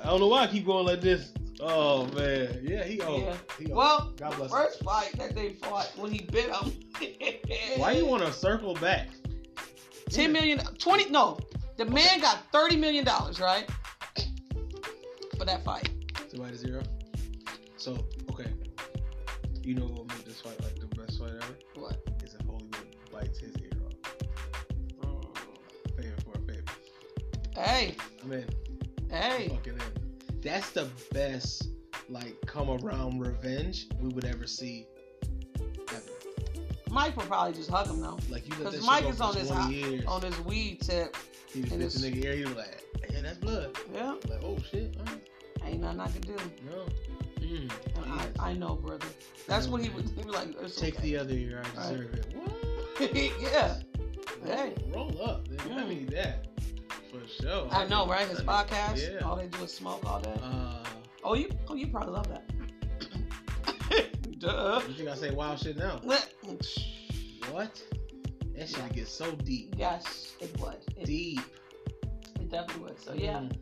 [SPEAKER 1] I don't know why I keep going like this. Oh man, yeah, he old.
[SPEAKER 2] Yeah.
[SPEAKER 1] He old.
[SPEAKER 2] Well,
[SPEAKER 1] God
[SPEAKER 2] the
[SPEAKER 1] bless him.
[SPEAKER 2] first fight that they fought when he bit him.
[SPEAKER 1] why you want to circle back?
[SPEAKER 2] ten million, twenty? No, the man got thirty million dollars, right? For that fight.
[SPEAKER 1] Somebody to zero. So okay, you know what made this fight like the best fight ever
[SPEAKER 2] What?
[SPEAKER 1] is if Holywood bites his ear off, favor for a favor.
[SPEAKER 2] Hey,
[SPEAKER 1] I mean,
[SPEAKER 2] hey,
[SPEAKER 1] fucking in. That's the best like come around revenge we would ever see. Ever.
[SPEAKER 2] Mike will probably just hug him though.
[SPEAKER 1] Like you let
[SPEAKER 2] 'Cause
[SPEAKER 1] that
[SPEAKER 2] Mike
[SPEAKER 1] shit go
[SPEAKER 2] is
[SPEAKER 1] for
[SPEAKER 2] on his
[SPEAKER 1] 20
[SPEAKER 2] hot-
[SPEAKER 1] years.
[SPEAKER 2] On his weed tip.
[SPEAKER 1] he just
[SPEAKER 2] and
[SPEAKER 1] bit the
[SPEAKER 2] his-
[SPEAKER 1] nigga ear. He was like, yeah, that's blood.
[SPEAKER 2] Yeah,
[SPEAKER 1] Like, oh shit, all right.
[SPEAKER 2] ain't nothing I can do.
[SPEAKER 1] no. Mm.
[SPEAKER 2] And
[SPEAKER 1] Jesus.
[SPEAKER 2] I, I know, brother. That's what he would he would like. It's
[SPEAKER 1] Take uh,
[SPEAKER 2] okay.
[SPEAKER 1] the other ear. I
[SPEAKER 2] All right.
[SPEAKER 1] deserve it. What?
[SPEAKER 2] yeah, Hey.
[SPEAKER 1] Roll up. nigga. I
[SPEAKER 2] Mm.
[SPEAKER 1] need that. For sure.
[SPEAKER 2] I know, right? His
[SPEAKER 1] I need-
[SPEAKER 2] podcast. Oh.
[SPEAKER 1] Yeah.
[SPEAKER 2] All they do is smoke all day.
[SPEAKER 1] Uh,
[SPEAKER 2] Oh, you, oh, you probably love that. Duh.
[SPEAKER 1] you think I say wild shit now? What? That shit
[SPEAKER 2] Yeah.
[SPEAKER 1] gets so deep.
[SPEAKER 2] Yes, it would. It,
[SPEAKER 1] Deep.
[SPEAKER 2] it definitely would. So yeah,
[SPEAKER 1] Mm.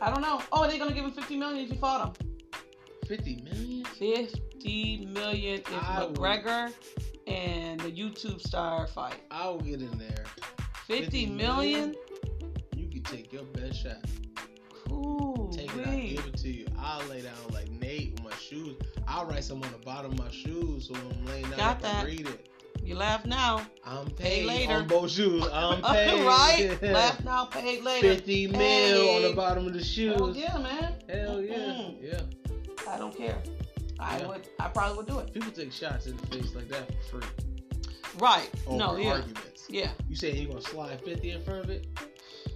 [SPEAKER 2] I don't know. Oh, they're gonna give him fifty million if you fought him.
[SPEAKER 1] 50 million?
[SPEAKER 2] Fifty million if
[SPEAKER 1] I would-
[SPEAKER 2] McGregor and the YouTube star fight.
[SPEAKER 1] I'll get in there.
[SPEAKER 2] Fifty
[SPEAKER 1] 50
[SPEAKER 2] million.
[SPEAKER 1] million? You can take your best shot.
[SPEAKER 2] Ooh,
[SPEAKER 1] Take it, I'll give it to you. I'll lay down like Nate with my shoes. I'll write some on the bottom of my shoes so when I'm laying down,
[SPEAKER 2] Got
[SPEAKER 1] I can
[SPEAKER 2] that.
[SPEAKER 1] read it.
[SPEAKER 2] You laugh now.
[SPEAKER 1] I'm
[SPEAKER 2] Pay
[SPEAKER 1] paid
[SPEAKER 2] later.
[SPEAKER 1] on both shoes. I'm paid.
[SPEAKER 2] right? Laugh now, paid later.
[SPEAKER 1] 50 mil on
[SPEAKER 2] Hey.
[SPEAKER 1] the bottom of the shoes.
[SPEAKER 2] Hell yeah, man.
[SPEAKER 1] Hell yeah.
[SPEAKER 2] Mm-mm.
[SPEAKER 1] Yeah.
[SPEAKER 2] I don't care. I
[SPEAKER 1] Yeah.
[SPEAKER 2] would. I probably would do it.
[SPEAKER 1] People take shots in the face like that for free.
[SPEAKER 2] Right.
[SPEAKER 1] Over
[SPEAKER 2] no. Yeah.
[SPEAKER 1] arguments.
[SPEAKER 2] Yeah.
[SPEAKER 1] You say you're gonna slide 50 in front of it?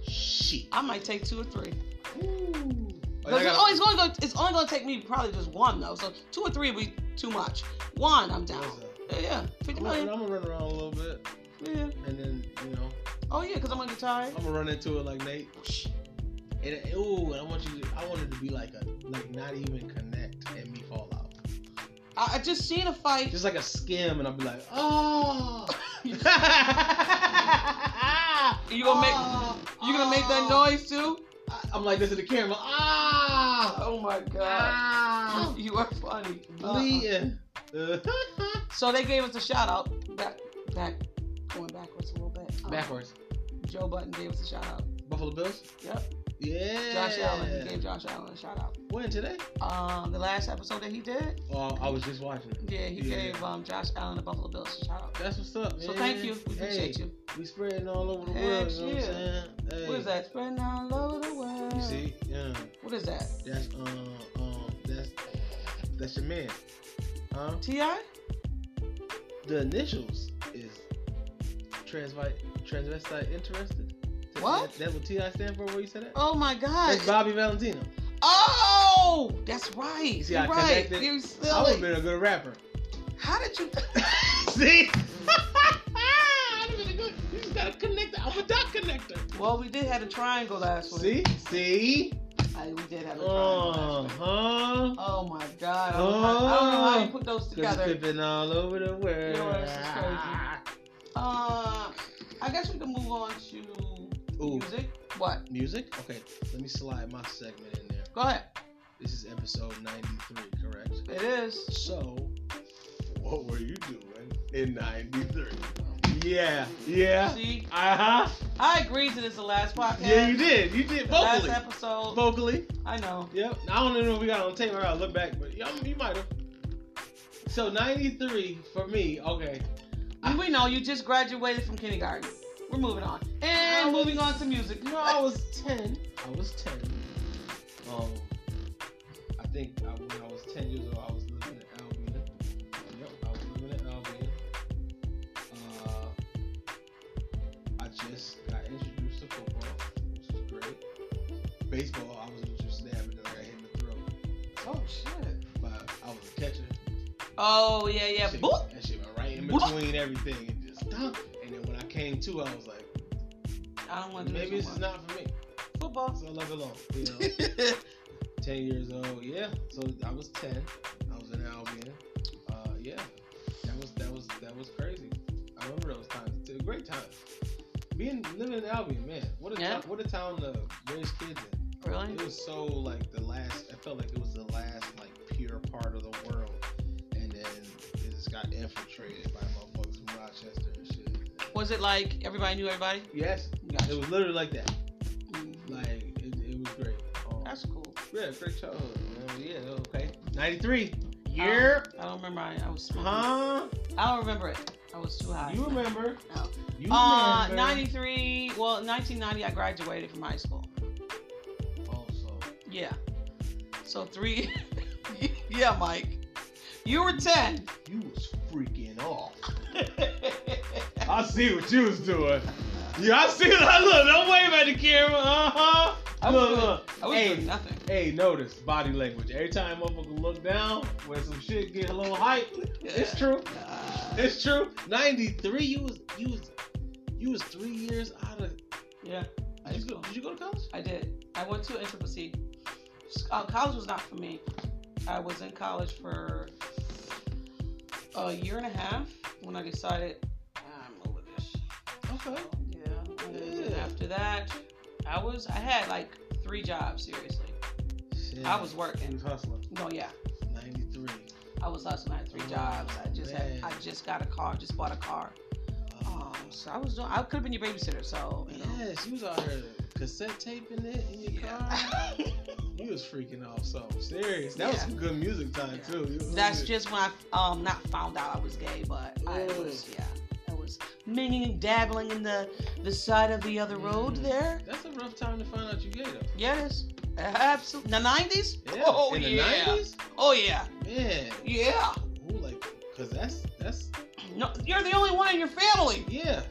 [SPEAKER 1] Shit.
[SPEAKER 2] I might take two or three.
[SPEAKER 1] Ooh. Like, I
[SPEAKER 2] Because it's,
[SPEAKER 1] gotta-
[SPEAKER 2] only- it's only going. It's only going to take me probably just one though. So two or three would be too much. One, I'm down.
[SPEAKER 1] Listen,
[SPEAKER 2] Yeah, Yeah. Fifty
[SPEAKER 1] I'm gonna, I'm
[SPEAKER 2] million.
[SPEAKER 1] gonna run around a little bit,
[SPEAKER 2] Yeah.
[SPEAKER 1] and then you know
[SPEAKER 2] Oh yeah, because I'm gonna get tired.
[SPEAKER 1] I'm gonna run into it like Nate. And it- ooh, and I want you. To, I want it to be like a like not even connect and me fall out.
[SPEAKER 2] I, I just seen a fight.
[SPEAKER 1] Just like a skim, and I'll be like, oh. you
[SPEAKER 2] You gonna make- You gonna make that
[SPEAKER 1] Oh.
[SPEAKER 2] noise too?
[SPEAKER 1] Ah. I'm like this to the camera. Ah.
[SPEAKER 2] Oh my god.
[SPEAKER 1] Ah.
[SPEAKER 2] You are funny. Uh-uh.
[SPEAKER 1] Bleeding.
[SPEAKER 2] So they gave us a shout out. Back, back, going backwards a little bit. Um,
[SPEAKER 1] Backwards.
[SPEAKER 2] Joe Button gave us a shout out.
[SPEAKER 1] Buffalo Bills.
[SPEAKER 2] Yep.
[SPEAKER 1] Yeah.
[SPEAKER 2] Josh Allen. He gave Josh Allen a shout out.
[SPEAKER 1] When today?
[SPEAKER 2] Um, the last episode that he did.
[SPEAKER 1] Oh, I was just watching. it.
[SPEAKER 2] Yeah, he
[SPEAKER 1] Yeah.
[SPEAKER 2] gave um Josh Allen the Buffalo Bills a shout out.
[SPEAKER 1] That's what's up.
[SPEAKER 2] So
[SPEAKER 1] man.
[SPEAKER 2] thank you. We
[SPEAKER 1] Hey,
[SPEAKER 2] appreciate you.
[SPEAKER 1] We spreading all over the
[SPEAKER 2] Heck
[SPEAKER 1] world. You know what I'm
[SPEAKER 2] yeah.
[SPEAKER 1] saying? Hey.
[SPEAKER 2] What is that? Spreading all over the world.
[SPEAKER 1] You see? Yeah.
[SPEAKER 2] What is that?
[SPEAKER 1] That's um um that's that's your man. Huh?
[SPEAKER 2] Ti?
[SPEAKER 1] The initials is transvite transvestite interested. That-
[SPEAKER 2] What?
[SPEAKER 1] That, that's what Ti stand for? Where you said that?
[SPEAKER 2] Oh my God!
[SPEAKER 1] That's Bobby Valentino.
[SPEAKER 2] oh, that's right.
[SPEAKER 1] See,
[SPEAKER 2] You're
[SPEAKER 1] I
[SPEAKER 2] right.
[SPEAKER 1] connected.
[SPEAKER 2] You're
[SPEAKER 1] I would have
[SPEAKER 2] silly.
[SPEAKER 1] been a good rapper.
[SPEAKER 2] How did you?
[SPEAKER 1] see? I would've been a good- You just gotta connect. it. I'm a dot connector.
[SPEAKER 2] well, we did have a triangle last week.
[SPEAKER 1] See? See?
[SPEAKER 2] I, we did have a triangle
[SPEAKER 1] Uh
[SPEAKER 2] last week.
[SPEAKER 1] huh.
[SPEAKER 2] Oh my God! I don't, know how, I don't know
[SPEAKER 1] Oh.
[SPEAKER 2] how you put those
[SPEAKER 1] Cause it's
[SPEAKER 2] together.
[SPEAKER 1] pimping all over the world.
[SPEAKER 2] Yours is Uh, I guess we can move on to
[SPEAKER 1] Ooh,
[SPEAKER 2] music. What?
[SPEAKER 1] music? Okay, let me slide my segment in there.
[SPEAKER 2] Go ahead.
[SPEAKER 1] This is episode 93, correct?
[SPEAKER 2] It is.
[SPEAKER 1] So, what were you doing in 93? Yeah, yeah.
[SPEAKER 2] See,
[SPEAKER 1] Uh huh.
[SPEAKER 2] I agreed to this the last podcast.
[SPEAKER 1] Yeah, you did. You did
[SPEAKER 2] The
[SPEAKER 1] vocally.
[SPEAKER 2] last episode.
[SPEAKER 1] Vocally.
[SPEAKER 2] I know.
[SPEAKER 1] Yep. I don't even know if we got it on tape or I look back, but y'all- you might have. So, 93 for me, okay. I-
[SPEAKER 2] we know you just graduated from kindergarten. We're moving on. And
[SPEAKER 1] I was-
[SPEAKER 2] moving on to music.
[SPEAKER 1] No, I was ten. I was ten. Um, I think I, when I was ten years old, I was living in Albion. Yep, I was living in Albion. Uh, I just got introduced to football, which is great. Baseball, I was introduced to that, but then I got hit in the throat.
[SPEAKER 2] Oh shit.
[SPEAKER 1] But I was a catcher.
[SPEAKER 2] Oh yeah, yeah.
[SPEAKER 1] That shit-
[SPEAKER 2] Boop.
[SPEAKER 1] That shit went right in
[SPEAKER 2] Boop.
[SPEAKER 1] between everything and just dunk. And then when I came to, I was like,
[SPEAKER 2] I don't want to do
[SPEAKER 1] maybe
[SPEAKER 2] this
[SPEAKER 1] this
[SPEAKER 2] no
[SPEAKER 1] is
[SPEAKER 2] more.
[SPEAKER 1] not for me.
[SPEAKER 2] football.
[SPEAKER 1] So I left it alone. You know. 10 years old. Yeah. So I was 10. I was in Albion. Uh, yeah. That was that was that was crazy. I remember those times. It's a great time. Being living in Albion, man. What a
[SPEAKER 2] Yeah.
[SPEAKER 1] town, what a town to raise kids in.
[SPEAKER 2] really?
[SPEAKER 1] It was so like the last. I felt like it was the last like pure part of the world, and then it just got infiltrated by motherfuckers from Rochester and shit.
[SPEAKER 2] Was it like everybody knew everybody?
[SPEAKER 1] Yes,
[SPEAKER 2] Gotcha.
[SPEAKER 1] it was literally like that.
[SPEAKER 2] Mhm.
[SPEAKER 1] Like it, it was great. Um,
[SPEAKER 2] That's cool.
[SPEAKER 1] yeah, great childhood. man. Yeah, okay. 93. Year.
[SPEAKER 2] I don't remember. I, I was. smoking.
[SPEAKER 1] Oh. huh?
[SPEAKER 2] I don't remember it. I was too high.
[SPEAKER 1] You remember.
[SPEAKER 2] No.
[SPEAKER 1] You
[SPEAKER 2] Uh,
[SPEAKER 1] remember.
[SPEAKER 2] 93. Well, 1990, I graduated from high school.
[SPEAKER 1] Also,
[SPEAKER 2] Yeah. So three. yeah, Mike. You were 10.
[SPEAKER 1] you was freaking off. I see what you was doing. Yeah, I see. Look, don't wave at the camera. Uh huh.
[SPEAKER 2] I was
[SPEAKER 1] Look,
[SPEAKER 2] doing,
[SPEAKER 1] look.
[SPEAKER 2] I was
[SPEAKER 1] Hey.
[SPEAKER 2] doing nothing.
[SPEAKER 1] Hey, notice body language. Every time motherfucker look down, when some shit get a little hype, it's true.
[SPEAKER 2] Uh,
[SPEAKER 1] It's true. 93. You was you was you was three years out of.
[SPEAKER 2] yeah, I
[SPEAKER 1] Did
[SPEAKER 2] just
[SPEAKER 1] you go, did you go to college?
[SPEAKER 2] I did. I went to intricacy. Uh, college was not for me. I was in college for a year and a half when I decided I'm over this.
[SPEAKER 1] Okay.
[SPEAKER 2] Yeah. And then
[SPEAKER 1] Yeah.
[SPEAKER 2] after that, I was I had like three jobs. Seriously,
[SPEAKER 1] Shit.
[SPEAKER 2] I was
[SPEAKER 1] He
[SPEAKER 2] working.
[SPEAKER 1] was hustling.
[SPEAKER 2] No, yeah,
[SPEAKER 1] 93.
[SPEAKER 2] I was hustling. I had three
[SPEAKER 1] Oh,
[SPEAKER 2] jobs. I just
[SPEAKER 1] man.
[SPEAKER 2] had I just got a car. Just bought a car.
[SPEAKER 1] Oh,
[SPEAKER 2] Um, so I was doing. I could have been your babysitter. So you know.
[SPEAKER 1] yes, you was out here cassette taping it in your car.
[SPEAKER 2] Yeah.
[SPEAKER 1] You was freaking off so serious. That was
[SPEAKER 2] Yeah.
[SPEAKER 1] some good music time
[SPEAKER 2] Yeah.
[SPEAKER 1] too. You was
[SPEAKER 2] That's
[SPEAKER 1] really-
[SPEAKER 2] just when I um not found out I was gay, but I
[SPEAKER 1] Ooh.
[SPEAKER 2] was yeah. I was minging and dabbling in the the side of the other road
[SPEAKER 1] Mm.
[SPEAKER 2] there.
[SPEAKER 1] That's a rough time to find out you gay though.
[SPEAKER 2] Yes. Absolutely. The nineties?
[SPEAKER 1] Yeah.
[SPEAKER 2] Oh
[SPEAKER 1] in the
[SPEAKER 2] yeah.
[SPEAKER 1] 90s?
[SPEAKER 2] Oh yeah.
[SPEAKER 1] Man.
[SPEAKER 2] You're the only one in your family.
[SPEAKER 1] Yeah.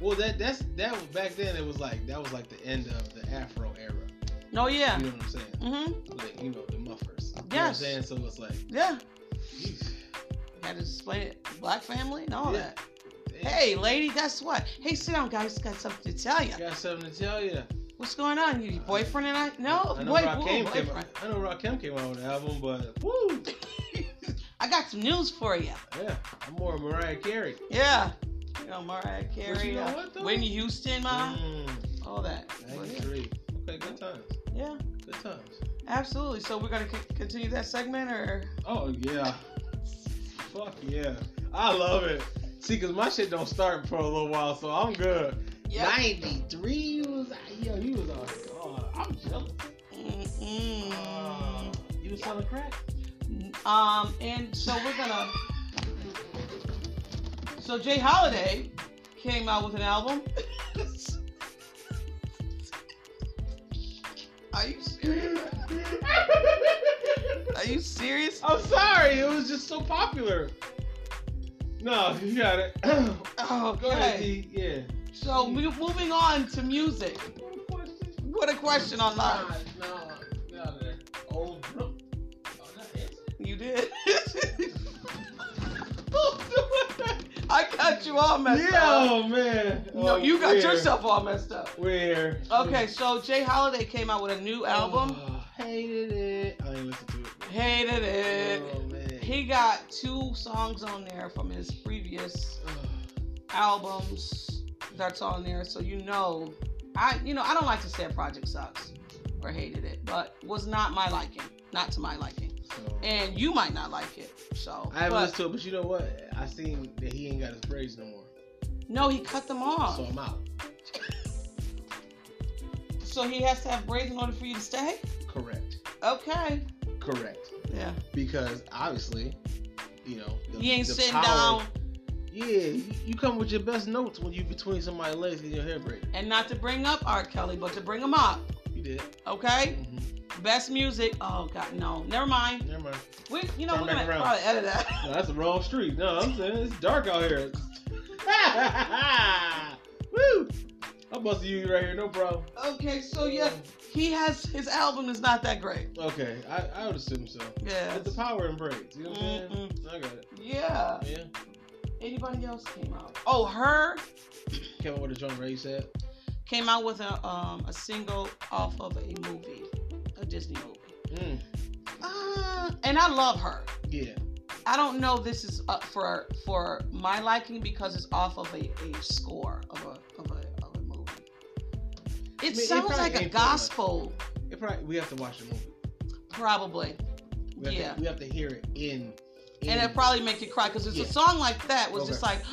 [SPEAKER 1] Well, that that's that was back then. It was like that was like the end of the Afro era.
[SPEAKER 2] No, yeah.
[SPEAKER 1] You know what I'm saying?
[SPEAKER 2] Mm-hmm.
[SPEAKER 1] Like you know the muffers. You know what I'm
[SPEAKER 2] Yes.
[SPEAKER 1] saying? So it's like,
[SPEAKER 2] Yeah.
[SPEAKER 1] geez,
[SPEAKER 2] Had to explain it. Black family and all
[SPEAKER 1] Yeah.
[SPEAKER 2] that.
[SPEAKER 1] damn,
[SPEAKER 2] Hey, lady, guess what? Hey, sit down, guys. Got something to tell you.
[SPEAKER 1] got something to tell you.
[SPEAKER 2] What's going on? You your boyfriend and I? No,
[SPEAKER 1] Uh, I know
[SPEAKER 2] boy,
[SPEAKER 1] Rakim
[SPEAKER 2] whoa,
[SPEAKER 1] came.
[SPEAKER 2] boyfriend.
[SPEAKER 1] I know Rakim came out with an album, but woo,
[SPEAKER 2] I got some news for you.
[SPEAKER 1] yeah, I'm more Mariah Carey.
[SPEAKER 2] Yeah. You know, Mariah
[SPEAKER 1] But
[SPEAKER 2] Carey,
[SPEAKER 1] you know
[SPEAKER 2] uh,
[SPEAKER 1] what though?
[SPEAKER 2] Whitney Houston, ma,
[SPEAKER 1] Mm,
[SPEAKER 2] all that. But, yeah.
[SPEAKER 1] 93. Okay, good times.
[SPEAKER 2] yeah,
[SPEAKER 1] Good times.
[SPEAKER 2] absolutely. So we're gonna c- continue that segment, or
[SPEAKER 1] Oh yeah. Fuck yeah. I love it. See, cause my shit don't start for a little while, so I'm good. 93 you was yo, you was on God. I'm jealous.
[SPEAKER 2] Mm-hmm.
[SPEAKER 1] Uh,
[SPEAKER 2] Mm-mm.
[SPEAKER 1] you was selling crack?
[SPEAKER 2] Um, and so we're gonna. So Jay Holiday came out with an album. Are you serious? Are you serious?
[SPEAKER 1] I'm sorry, it was just so popular. No, you got it. Go
[SPEAKER 2] Oh,
[SPEAKER 1] ahead,
[SPEAKER 2] Okay.
[SPEAKER 1] D. Yeah.
[SPEAKER 2] So we moving on to music. What a question on life.
[SPEAKER 1] No, no, Old Brook. Oh, that is-
[SPEAKER 2] You did. I got you all messed up.
[SPEAKER 1] Yo, man.
[SPEAKER 2] No,
[SPEAKER 1] Oh,
[SPEAKER 2] you got
[SPEAKER 1] weird.
[SPEAKER 2] yourself all messed up.
[SPEAKER 1] Weird.
[SPEAKER 2] Okay, so Jay Holiday came out with a new album.
[SPEAKER 1] Oh, hated it. I ain't listen to it.
[SPEAKER 2] Hated it.
[SPEAKER 1] Oh man.
[SPEAKER 2] He got two songs on there from his previous albums that's on there, so you know. I you know, I don't like to say a project sucks or hated it, but was not my liking. Not to my liking.
[SPEAKER 1] So,
[SPEAKER 2] And you might not like it. So
[SPEAKER 1] I haven't
[SPEAKER 2] but-
[SPEAKER 1] listened to it, but you know what? I seen that he ain't got his braids no more,
[SPEAKER 2] No, he cut them off.
[SPEAKER 1] so I'm out.
[SPEAKER 2] So he has to have braids in order for you to stay?
[SPEAKER 1] Correct.
[SPEAKER 2] Okay.
[SPEAKER 1] Correct.
[SPEAKER 2] Yeah.
[SPEAKER 1] Because obviously, you know, the,
[SPEAKER 2] You ain't
[SPEAKER 1] the
[SPEAKER 2] sitting
[SPEAKER 1] power-
[SPEAKER 2] down
[SPEAKER 1] Yeah, you, you come with your best notes when you between somebody's legs and your hair braided.
[SPEAKER 2] and not to bring up R. Kelly, but to bring him up.
[SPEAKER 1] You did.
[SPEAKER 2] Okay?
[SPEAKER 1] hmm
[SPEAKER 2] Best music. Oh god, no. Never mind.
[SPEAKER 1] Never mind.
[SPEAKER 2] We you know,
[SPEAKER 1] Turn
[SPEAKER 2] we're
[SPEAKER 1] back
[SPEAKER 2] gonna
[SPEAKER 1] around.
[SPEAKER 2] probably edit that.
[SPEAKER 1] No, that's the wrong street. No, I'm saying it's dark out here. Woo! I'm busting you right here, no problem.
[SPEAKER 2] okay, so yeah, he has his album is not that great.
[SPEAKER 1] Okay, I, I would assume so.
[SPEAKER 2] Yeah.
[SPEAKER 1] It's the power in braids. You know what I'm saying?
[SPEAKER 2] Mm-hmm.
[SPEAKER 1] I got it.
[SPEAKER 2] Yeah.
[SPEAKER 1] Yeah.
[SPEAKER 2] Anybody else came out? Oh, her
[SPEAKER 1] Came up with a joint where you said.
[SPEAKER 2] came out with a um a single off of a movie, a Disney movie.
[SPEAKER 1] Mm.
[SPEAKER 2] Uh, and I love her.
[SPEAKER 1] Yeah.
[SPEAKER 2] I don't know. This is up for for my liking because it's off of a, a score of a of a, of a movie. It
[SPEAKER 1] mean, it
[SPEAKER 2] sounds
[SPEAKER 1] probably
[SPEAKER 2] like a
[SPEAKER 1] ain't for us.
[SPEAKER 2] gospel,
[SPEAKER 1] It probably we have to watch the movie.
[SPEAKER 2] probably,
[SPEAKER 1] We have
[SPEAKER 2] Yeah.
[SPEAKER 1] To, we have to hear it in. in
[SPEAKER 2] and it probably make you cry because it's
[SPEAKER 1] Yeah.
[SPEAKER 2] a song like that was just
[SPEAKER 1] Okay.
[SPEAKER 2] like,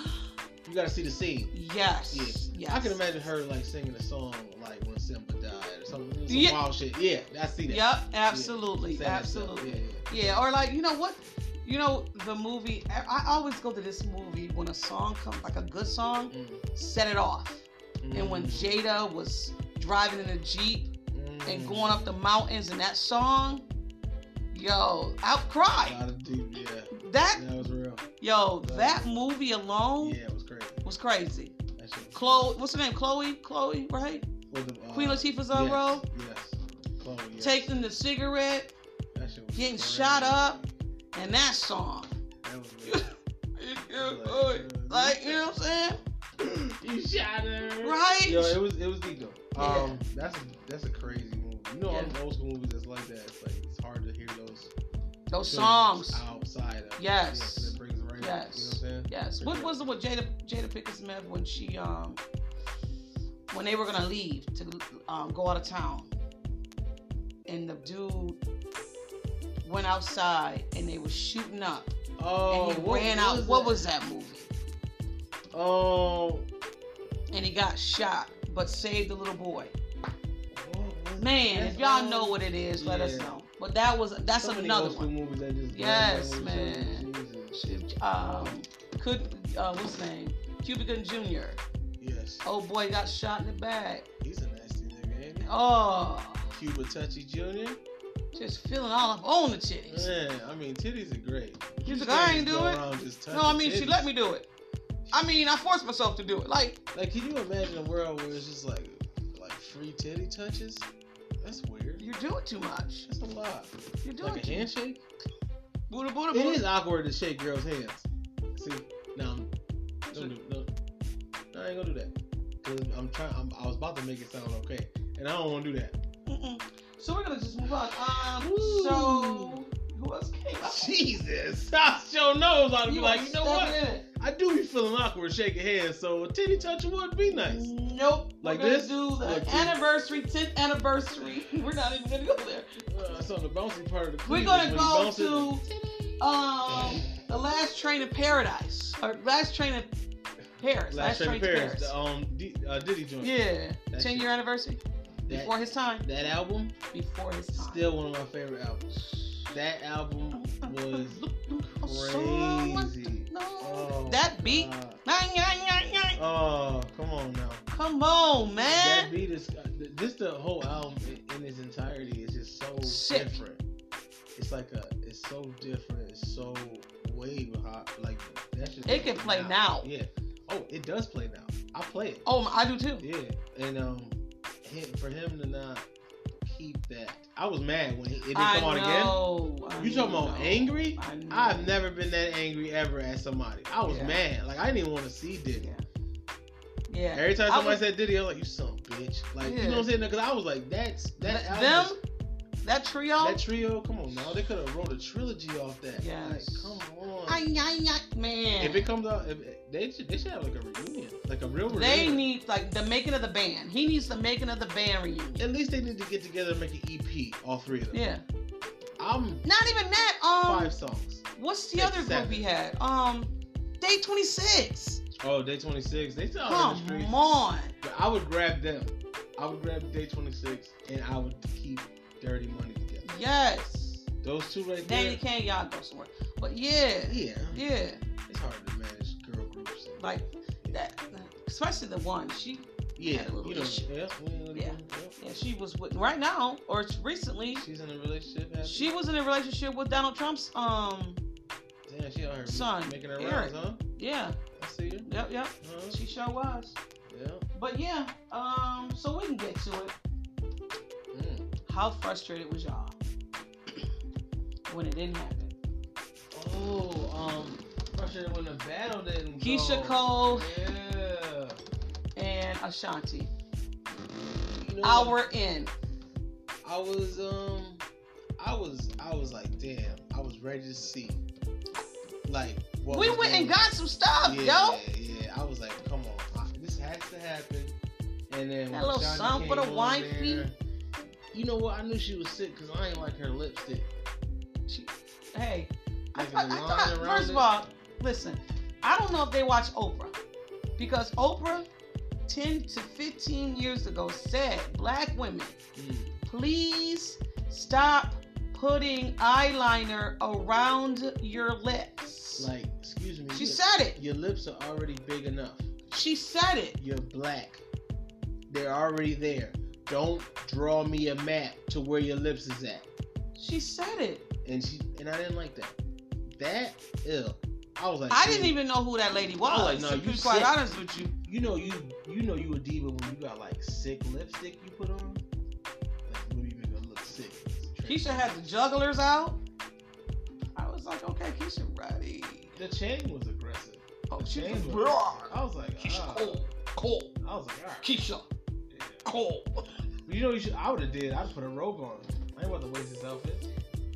[SPEAKER 1] you gotta see the scene.
[SPEAKER 2] yes,
[SPEAKER 1] Yeah.
[SPEAKER 2] yes.
[SPEAKER 1] I can imagine her like singing a song like when Simba died or something. Some
[SPEAKER 2] Yeah.
[SPEAKER 1] wild shit. Yeah, I see that.
[SPEAKER 2] Yep, absolutely,
[SPEAKER 1] Saying that stuff.
[SPEAKER 2] absolutely.
[SPEAKER 1] Yeah, yeah.
[SPEAKER 2] Yeah, or like you know what, you know the movie. I I always go to this movie when a song comes, like a good song,
[SPEAKER 1] Mm.
[SPEAKER 2] set it off. And when
[SPEAKER 1] Mm.
[SPEAKER 2] Jada was driving in a jeep and
[SPEAKER 1] Mm.
[SPEAKER 2] going up the mountains and that song, yo, I
[SPEAKER 1] A
[SPEAKER 2] cried.
[SPEAKER 1] lot of deep, yeah.
[SPEAKER 2] That
[SPEAKER 1] That was real.
[SPEAKER 2] yo, that movie alone
[SPEAKER 1] Yeah, it was crazy.
[SPEAKER 2] was crazy.
[SPEAKER 1] That shit was
[SPEAKER 2] Chloe, what's her name? Chloe, Chloe, right?
[SPEAKER 1] With the, uh,
[SPEAKER 2] Queen Latifah's on
[SPEAKER 1] yes,
[SPEAKER 2] roll.
[SPEAKER 1] Yes. Chloe, yes.
[SPEAKER 2] Taking the cigarette
[SPEAKER 1] That shit was
[SPEAKER 2] getting
[SPEAKER 1] crazy.
[SPEAKER 2] shot up. and that song.
[SPEAKER 1] That was real. uh,
[SPEAKER 2] Like you know what I'm saying?
[SPEAKER 1] you shot her.
[SPEAKER 2] Right?
[SPEAKER 1] Yo, it was it was deep though. Um,
[SPEAKER 2] Yeah.
[SPEAKER 1] that's a, that's a crazy movie. You know, all
[SPEAKER 2] Yeah.
[SPEAKER 1] the old school movies that's like that. It's like it's hard to hear those
[SPEAKER 2] Those
[SPEAKER 1] tunes
[SPEAKER 2] songs.
[SPEAKER 1] outside. Of,
[SPEAKER 2] Yes.
[SPEAKER 1] Yeah, 'cause it brings it right up. You know what I'm
[SPEAKER 2] Yes.
[SPEAKER 1] saying?
[SPEAKER 2] Yes. What was it with Jada Jada Pinkett Smith when she um when they were gonna leave to um, go out of town, and the dude went outside and they were shooting up
[SPEAKER 1] Oh,
[SPEAKER 2] and he
[SPEAKER 1] what
[SPEAKER 2] ran out.
[SPEAKER 1] was
[SPEAKER 2] What
[SPEAKER 1] that?
[SPEAKER 2] was that movie?
[SPEAKER 1] Oh,
[SPEAKER 2] And he got shot, but saved the little boy.
[SPEAKER 1] what was-
[SPEAKER 2] Man,
[SPEAKER 1] that's
[SPEAKER 2] if y'all
[SPEAKER 1] all-
[SPEAKER 2] know what it is, let us
[SPEAKER 1] Yeah.
[SPEAKER 2] know. But that was that's
[SPEAKER 1] so many
[SPEAKER 2] another
[SPEAKER 1] old school
[SPEAKER 2] one.
[SPEAKER 1] Movies that just
[SPEAKER 2] Yes,
[SPEAKER 1] blend
[SPEAKER 2] man.
[SPEAKER 1] in with each other. Jesus.
[SPEAKER 2] She, um, could uh, what's his name? Cuba Gooding Jr.
[SPEAKER 1] Yes.
[SPEAKER 2] Oh boy, got shot in the back.
[SPEAKER 1] He's a nasty nigga, ain't he?
[SPEAKER 2] Oh,
[SPEAKER 1] Cuba Touchy Jr.
[SPEAKER 2] just feeling all up on the titties.
[SPEAKER 1] Man, I mean, titties are great.
[SPEAKER 2] She's
[SPEAKER 1] You
[SPEAKER 2] like, I
[SPEAKER 1] can't
[SPEAKER 2] ain't
[SPEAKER 1] just
[SPEAKER 2] do
[SPEAKER 1] go
[SPEAKER 2] it.
[SPEAKER 1] around just
[SPEAKER 2] No, I mean
[SPEAKER 1] touching
[SPEAKER 2] she let me do it.
[SPEAKER 1] titties.
[SPEAKER 2] I mean, I forced myself to do it. Like,
[SPEAKER 1] Like, can you imagine a world where it's just like, like free titty touches? That's weird.
[SPEAKER 2] you're doing too much.
[SPEAKER 1] That's a lot.
[SPEAKER 2] You're doing
[SPEAKER 1] Like a
[SPEAKER 2] too much.
[SPEAKER 1] handshake?
[SPEAKER 2] Buddha, Buddha,
[SPEAKER 1] It is
[SPEAKER 2] Buddha.
[SPEAKER 1] awkward to shake girls' hands. See, no, I'm- don't do, no, no, I ain't gonna do that. Cause I'm trying. I'm, I was about to make it sound okay, and I don't want to do that.
[SPEAKER 2] Mm-mm. So we're gonna just move on. Um,
[SPEAKER 1] Ooh.
[SPEAKER 2] so who else came up?
[SPEAKER 1] Jesus, I sure knows. I'd be like, you know
[SPEAKER 2] stuck
[SPEAKER 1] what?
[SPEAKER 2] in it.
[SPEAKER 1] I do be feeling awkward shaking hands, so a titty touch would be nice.
[SPEAKER 2] Nope.
[SPEAKER 1] Like
[SPEAKER 2] we're gonna
[SPEAKER 1] this?
[SPEAKER 2] do the
[SPEAKER 1] Like this?
[SPEAKER 2] anniversary, 10th anniversary. We're not even gonna go there.
[SPEAKER 1] Uh, so the bouncing part of the
[SPEAKER 2] We're
[SPEAKER 1] cleavage,
[SPEAKER 2] gonna
[SPEAKER 1] when
[SPEAKER 2] go
[SPEAKER 1] you bounce
[SPEAKER 2] to um the last train in paradise or last train in Paris.
[SPEAKER 1] it- Last Train to
[SPEAKER 2] to
[SPEAKER 1] Paris, the um, D, uh, Diddy joint.
[SPEAKER 2] Yeah,
[SPEAKER 1] That
[SPEAKER 2] ten
[SPEAKER 1] shit.
[SPEAKER 2] year anniversary
[SPEAKER 1] that,
[SPEAKER 2] before his time.
[SPEAKER 1] that album,
[SPEAKER 2] Before his time.
[SPEAKER 1] still one of my favorite albums. That album was crazy. Oh,
[SPEAKER 2] Oh, That beat.
[SPEAKER 1] God.
[SPEAKER 2] Nyah, nyah, nyah, nyah.
[SPEAKER 1] Oh, come on now.
[SPEAKER 2] Come on,
[SPEAKER 1] That
[SPEAKER 2] man.
[SPEAKER 1] beat is uh, this the whole album in, in its entirety is just so
[SPEAKER 2] Sick.
[SPEAKER 1] different. It's like a it's so different. It's so way hot. Like that's just
[SPEAKER 2] It can play now.
[SPEAKER 1] Yeah. Oh, it does play now. I play it.
[SPEAKER 2] Oh, I do too.
[SPEAKER 1] Yeah. And um, him, for him to not keep that, I was mad when he, it didn't
[SPEAKER 2] I
[SPEAKER 1] come out again.
[SPEAKER 2] know, I
[SPEAKER 1] You talking about
[SPEAKER 2] know.
[SPEAKER 1] angry?
[SPEAKER 2] I know.
[SPEAKER 1] I've never been that angry ever at somebody. I was
[SPEAKER 2] Yeah.
[SPEAKER 1] mad. Like I didn't even want to see Diddy.
[SPEAKER 2] Yeah. Yeah.
[SPEAKER 1] Every time
[SPEAKER 2] I
[SPEAKER 1] somebody
[SPEAKER 2] was-
[SPEAKER 1] said Diddy, I was like, "You son of a bitch!" Like, you
[SPEAKER 2] Yeah.
[SPEAKER 1] know what I'm saying? Because I was like, "That's that
[SPEAKER 2] Th-
[SPEAKER 1] album,
[SPEAKER 2] them, that trio.
[SPEAKER 1] that trio. Come on now, they could have wrote a trilogy off that.
[SPEAKER 2] Yes.
[SPEAKER 1] Like, come on.
[SPEAKER 2] Ay, ay, ay, man.
[SPEAKER 1] if it comes out, if they should they should have like a reunion, like a real reunion.
[SPEAKER 2] they need like the making of the band. He needs the making of the band reunion.
[SPEAKER 1] At least they need to get together and make an EP, all three of them.
[SPEAKER 2] Yeah.
[SPEAKER 1] I'm
[SPEAKER 2] Not even that. Um,
[SPEAKER 1] five songs.
[SPEAKER 2] what's the other group
[SPEAKER 1] Exactly.
[SPEAKER 2] we had? Um, Day Twenty Six.
[SPEAKER 1] Oh, day 26. They still out in the streets.
[SPEAKER 2] Come on.
[SPEAKER 1] But I would grab them. I would grab day 26, and I would keep Dirty Money together.
[SPEAKER 2] Yes.
[SPEAKER 1] Those two right
[SPEAKER 2] Danny
[SPEAKER 1] there.
[SPEAKER 2] Kane, y'all go somewhere. But yeah,
[SPEAKER 1] Yeah.
[SPEAKER 2] yeah,
[SPEAKER 1] It's hard to manage girl groups.
[SPEAKER 2] like that. Especially the one she,
[SPEAKER 1] Yeah,
[SPEAKER 2] had a little
[SPEAKER 1] you know,
[SPEAKER 2] issue.
[SPEAKER 1] yeah, we-
[SPEAKER 2] Yeah.
[SPEAKER 1] yeah.
[SPEAKER 2] yeah, she was with right now or it's recently.
[SPEAKER 1] She's in a relationship. happy?
[SPEAKER 2] She was in a relationship with Donald Trump's. Um,
[SPEAKER 1] Damn, she out here
[SPEAKER 2] Son,
[SPEAKER 1] making her
[SPEAKER 2] Eric.
[SPEAKER 1] rounds, huh?
[SPEAKER 2] yeah,
[SPEAKER 1] I see you.
[SPEAKER 2] yep, yep.
[SPEAKER 1] Huh?
[SPEAKER 2] She sure was.
[SPEAKER 1] Yeah.
[SPEAKER 2] But yeah, um, so we can get to it.
[SPEAKER 1] Mm.
[SPEAKER 2] How frustrated was y'all when it didn't happen?
[SPEAKER 1] Oh, um, frustrated when the battle didn't
[SPEAKER 2] Keisha
[SPEAKER 1] go.
[SPEAKER 2] Cole
[SPEAKER 1] Yeah.
[SPEAKER 2] and Ashanti.
[SPEAKER 1] You know,
[SPEAKER 2] Our in.
[SPEAKER 1] I was um, I was I was like, damn, I was ready to see, like what
[SPEAKER 2] We
[SPEAKER 1] was
[SPEAKER 2] went and
[SPEAKER 1] going
[SPEAKER 2] got some
[SPEAKER 1] yeah,
[SPEAKER 2] stuff, yo.
[SPEAKER 1] Yeah, yeah. I was like, come on, I- this has to happen. And then when
[SPEAKER 2] That little
[SPEAKER 1] Johnny
[SPEAKER 2] song
[SPEAKER 1] came
[SPEAKER 2] for the
[SPEAKER 1] on
[SPEAKER 2] wifey.
[SPEAKER 1] there, you know what? I knew she was sick because I ain't like her lipstick.
[SPEAKER 2] She, hey, I
[SPEAKER 1] Like,
[SPEAKER 2] thought,
[SPEAKER 1] the
[SPEAKER 2] I
[SPEAKER 1] line
[SPEAKER 2] thought
[SPEAKER 1] around
[SPEAKER 2] first of
[SPEAKER 1] it.
[SPEAKER 2] all, listen, I don't know if they watch Oprah because Oprah 10 to 15 years ago said, Black women,
[SPEAKER 1] Mm.
[SPEAKER 2] please stop putting eyeliner around your lips.
[SPEAKER 1] like, excuse me.
[SPEAKER 2] she
[SPEAKER 1] your,
[SPEAKER 2] said it.
[SPEAKER 1] your lips are already big enough.
[SPEAKER 2] She said it.
[SPEAKER 1] You're black. They're already there. Don't draw me a map to where your lips is at.
[SPEAKER 2] She said it.
[SPEAKER 1] And she and I didn't like that. That ill. I was like,
[SPEAKER 2] I didn't
[SPEAKER 1] dude,
[SPEAKER 2] even know who that lady was.
[SPEAKER 1] I like, no,
[SPEAKER 2] to
[SPEAKER 1] you
[SPEAKER 2] be quite
[SPEAKER 1] sick.
[SPEAKER 2] honest with you.
[SPEAKER 1] you know you you know you a diva when you got like sick lipstick you put on. Like when you make her look sick.
[SPEAKER 2] Keisha had the jugglers out. I was like, okay, Keisha, ready.
[SPEAKER 1] the chain was aggressive.
[SPEAKER 2] Oh,
[SPEAKER 1] The
[SPEAKER 2] she was
[SPEAKER 1] chain was-
[SPEAKER 2] Blah.
[SPEAKER 1] I was like,
[SPEAKER 2] Keisha
[SPEAKER 1] ah.
[SPEAKER 2] Cole. Cole.
[SPEAKER 1] I was like, all right.
[SPEAKER 2] Keisha
[SPEAKER 1] yeah.
[SPEAKER 2] Cole.
[SPEAKER 1] You know what you should, I would have did. I'd put a robe on. I ain't about to waste this outfit.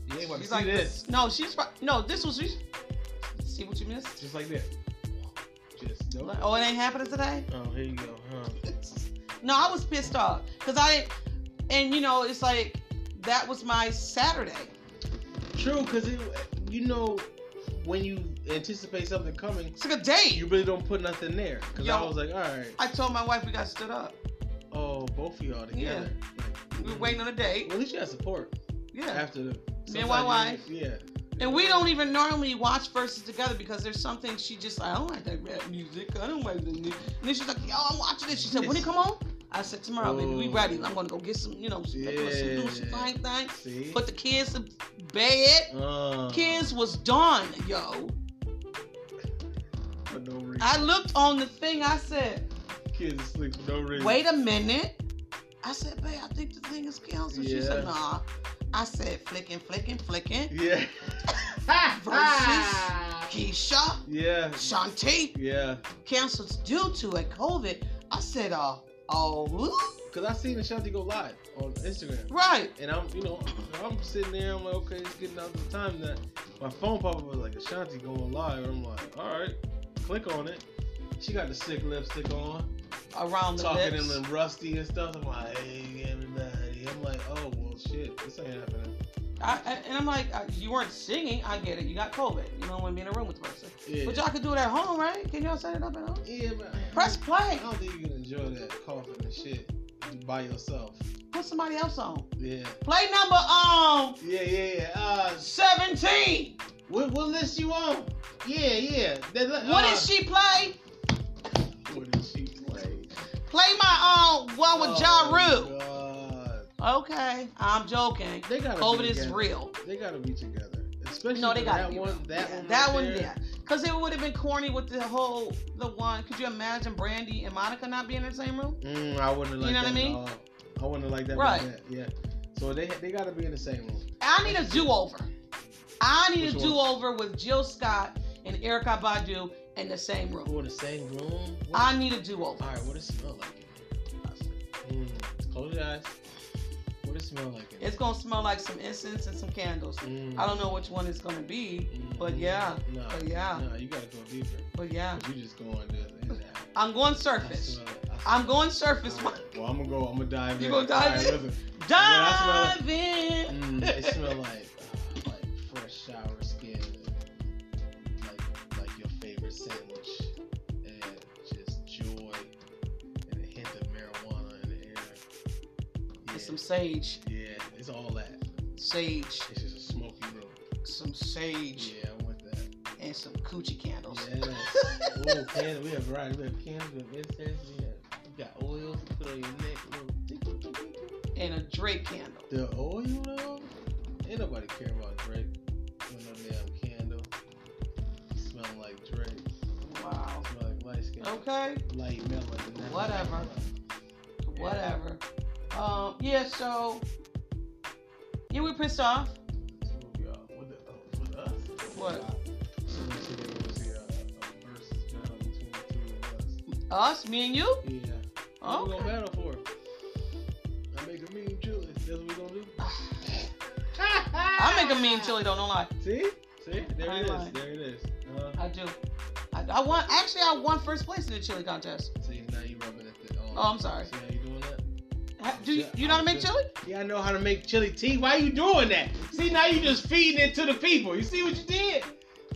[SPEAKER 1] You ain't about to
[SPEAKER 2] She's
[SPEAKER 1] see
[SPEAKER 2] like
[SPEAKER 1] this.
[SPEAKER 2] No, she's pro- no. This was see what you missed.
[SPEAKER 1] Just like this. Just nope.
[SPEAKER 2] Like, oh, it ain't happening today.
[SPEAKER 1] Oh, here you go. Huh.
[SPEAKER 2] no, I was pissed off because I didn't, and you know, it's like that was my Saturday.
[SPEAKER 1] True, because you know when you anticipate something coming,
[SPEAKER 2] It's like a date.
[SPEAKER 1] you really don't put nothing there. Because I
[SPEAKER 2] Yo.
[SPEAKER 1] was like, all right,
[SPEAKER 2] I told my wife we got stood up.
[SPEAKER 1] oh, both of y'all together. Like,
[SPEAKER 2] We were waiting on a date.
[SPEAKER 1] Well, at least you had support
[SPEAKER 2] Yeah.
[SPEAKER 1] after the.
[SPEAKER 2] and
[SPEAKER 1] sometimes
[SPEAKER 2] wife.
[SPEAKER 1] you- Yeah.
[SPEAKER 2] And we don't even normally watch verses together because there's something she just like, I don't like that rap music. I don't like the music. And then she's like, Yo, I'm watching this. She said, When it come on? I said, Tomorrow, baby, we
[SPEAKER 1] Oh.
[SPEAKER 2] ready. I'm gonna go get some, you know, some, yeah. some, some
[SPEAKER 1] Yeah.
[SPEAKER 2] thing thing.
[SPEAKER 1] See.
[SPEAKER 2] Put the kids to bed.
[SPEAKER 1] uh,
[SPEAKER 2] Kids was done, yo.
[SPEAKER 1] For no reason.
[SPEAKER 2] I looked on the thing. I said,
[SPEAKER 1] Kids asleep for no reason.
[SPEAKER 2] wait a minute. I said, babe, I think the thing is canceled. She
[SPEAKER 1] Yeah.
[SPEAKER 2] said, nah. I said, flicking, flicking, flicking.
[SPEAKER 1] Yeah.
[SPEAKER 2] Versus- Keisha,
[SPEAKER 1] yeah.
[SPEAKER 2] Shantae,
[SPEAKER 1] Yeah.
[SPEAKER 2] canceled due to a COVID. I said, uh, oh, whoop.
[SPEAKER 1] Cause I seen Ashanti go live on Instagram.
[SPEAKER 2] right.
[SPEAKER 1] And I'm, you know, I'm sitting there. I'm like, okay, it's getting out to the time that my phone pop up was like Ashanti going live. And I'm like, all right, click on it. She got the sick lipstick on,
[SPEAKER 2] Around the
[SPEAKER 1] talking
[SPEAKER 2] lips.
[SPEAKER 1] in rusty and stuff. I'm like, hey everybody. I'm like, oh well, shit, this ain't happening.
[SPEAKER 2] I, I- and I'm like, I, you weren't singing. I get it. You got COVID. You don't want to be in a room with the person.
[SPEAKER 1] Yeah.
[SPEAKER 2] But y'all can do it at home, right? Can y'all set it up at home?
[SPEAKER 1] yeah, but
[SPEAKER 2] Press
[SPEAKER 1] I
[SPEAKER 2] play.
[SPEAKER 1] don't think you can enjoy that coughing and shit by yourself.
[SPEAKER 2] Put somebody else on.
[SPEAKER 1] Yeah.
[SPEAKER 2] Play number um
[SPEAKER 1] Yeah, yeah, yeah. Uh,
[SPEAKER 2] 17.
[SPEAKER 1] what, what list you on? Yeah, yeah. That, uh,
[SPEAKER 2] What did she play?
[SPEAKER 1] What did she play?
[SPEAKER 2] Play my um one with Ja
[SPEAKER 1] Oh,
[SPEAKER 2] Rule.
[SPEAKER 1] God.
[SPEAKER 2] Okay, I'm joking.
[SPEAKER 1] They gotta
[SPEAKER 2] COVID
[SPEAKER 1] be
[SPEAKER 2] is
[SPEAKER 1] together.
[SPEAKER 2] real.
[SPEAKER 1] They gotta be together. Especially
[SPEAKER 2] No, they
[SPEAKER 1] for
[SPEAKER 2] gotta
[SPEAKER 1] that
[SPEAKER 2] be
[SPEAKER 1] one.
[SPEAKER 2] real.
[SPEAKER 1] That
[SPEAKER 2] Yeah,
[SPEAKER 1] one.
[SPEAKER 2] That
[SPEAKER 1] right
[SPEAKER 2] one,
[SPEAKER 1] there.
[SPEAKER 2] yeah. Cause it would have been corny with the whole the one. Could you imagine Brandy and Monica not being in the same room?
[SPEAKER 1] Mm, I wouldn't like
[SPEAKER 2] You know
[SPEAKER 1] that.
[SPEAKER 2] what I mean?
[SPEAKER 1] at all. I wouldn't like that.
[SPEAKER 2] Right.
[SPEAKER 1] Right. That. Yeah. So they they gotta be in the same room.
[SPEAKER 2] I need a do over. I need a
[SPEAKER 1] Which one?
[SPEAKER 2] do over with Jill Scott and Erica Badu in the same room.
[SPEAKER 1] Oh, in the same room. What-
[SPEAKER 2] I need a do over.
[SPEAKER 1] all right. What does it smell like? in there? Mm, close your eyes. What does it smell like? in there?
[SPEAKER 2] It's gonna smell like some incense and some candles.
[SPEAKER 1] Mm,
[SPEAKER 2] I don't know which one it's gonna be,
[SPEAKER 1] mm,
[SPEAKER 2] but
[SPEAKER 1] mm.
[SPEAKER 2] yeah,
[SPEAKER 1] No.
[SPEAKER 2] but yeah,
[SPEAKER 1] No, you gotta go deeper.
[SPEAKER 2] but yeah.
[SPEAKER 1] You just going to in that.
[SPEAKER 2] I'm going
[SPEAKER 1] I
[SPEAKER 2] surface.
[SPEAKER 1] smell it. I smell
[SPEAKER 2] I'm going surface.
[SPEAKER 1] it. Well, I'm gonna go. I'm gonna dive
[SPEAKER 2] You
[SPEAKER 1] in.
[SPEAKER 2] gonna dive
[SPEAKER 1] All right,
[SPEAKER 2] in?
[SPEAKER 1] listen. I
[SPEAKER 2] Dive in.
[SPEAKER 1] Mm, they smell like uh, like fresh shower skin, like like your favorite sandwich, and just joy and a hint of marijuana in the air. Yeah,
[SPEAKER 2] And some sage.
[SPEAKER 1] yeah, it's all that.
[SPEAKER 2] Sage.
[SPEAKER 1] It's just a smoky room.
[SPEAKER 2] Some sage.
[SPEAKER 1] Yeah, I want that.
[SPEAKER 2] And some coochie candles.
[SPEAKER 1] Yeah. Ooh, candle. We have variety. We have candles. We have incense. We have we got oils to put on your neck. Little tickle, tickle, tickle.
[SPEAKER 2] And a Drake candle.
[SPEAKER 1] The oil though? Ain't nobody care about Drake with no damn candle. Smelling like Drake.
[SPEAKER 2] Wow.
[SPEAKER 1] Smell like light skin.
[SPEAKER 2] Okay.
[SPEAKER 1] Light melon. and
[SPEAKER 2] Oh. Whatever.
[SPEAKER 1] Yeah.
[SPEAKER 2] Whatever. Um, yeah, so Yeah, we're pissed off.
[SPEAKER 1] This movie, uh, with the- uh, with us.
[SPEAKER 2] What?
[SPEAKER 1] Let me see, let me see, uh, a versus battle between the two of us.
[SPEAKER 2] Us, me and you?
[SPEAKER 1] Yeah. What we gonna
[SPEAKER 2] Okay.
[SPEAKER 1] battle for? I make a mean chili. That's what we gonna do.
[SPEAKER 2] I make a mean chili though, don't lie.
[SPEAKER 1] See? See? There
[SPEAKER 2] I
[SPEAKER 1] it is.
[SPEAKER 2] lied.
[SPEAKER 1] There it is. Uh,
[SPEAKER 2] I do. I, I won actually I won first place in the chili contest.
[SPEAKER 1] see, now you rubbing it. The,
[SPEAKER 2] Oh, I'm sorry.
[SPEAKER 1] See how you doing that?
[SPEAKER 2] Ha- Do you, you know how to make chili?
[SPEAKER 1] Yeah, I know how to make chili tea. Why you doing that? See, now you just feeding it to the people. You see what you did?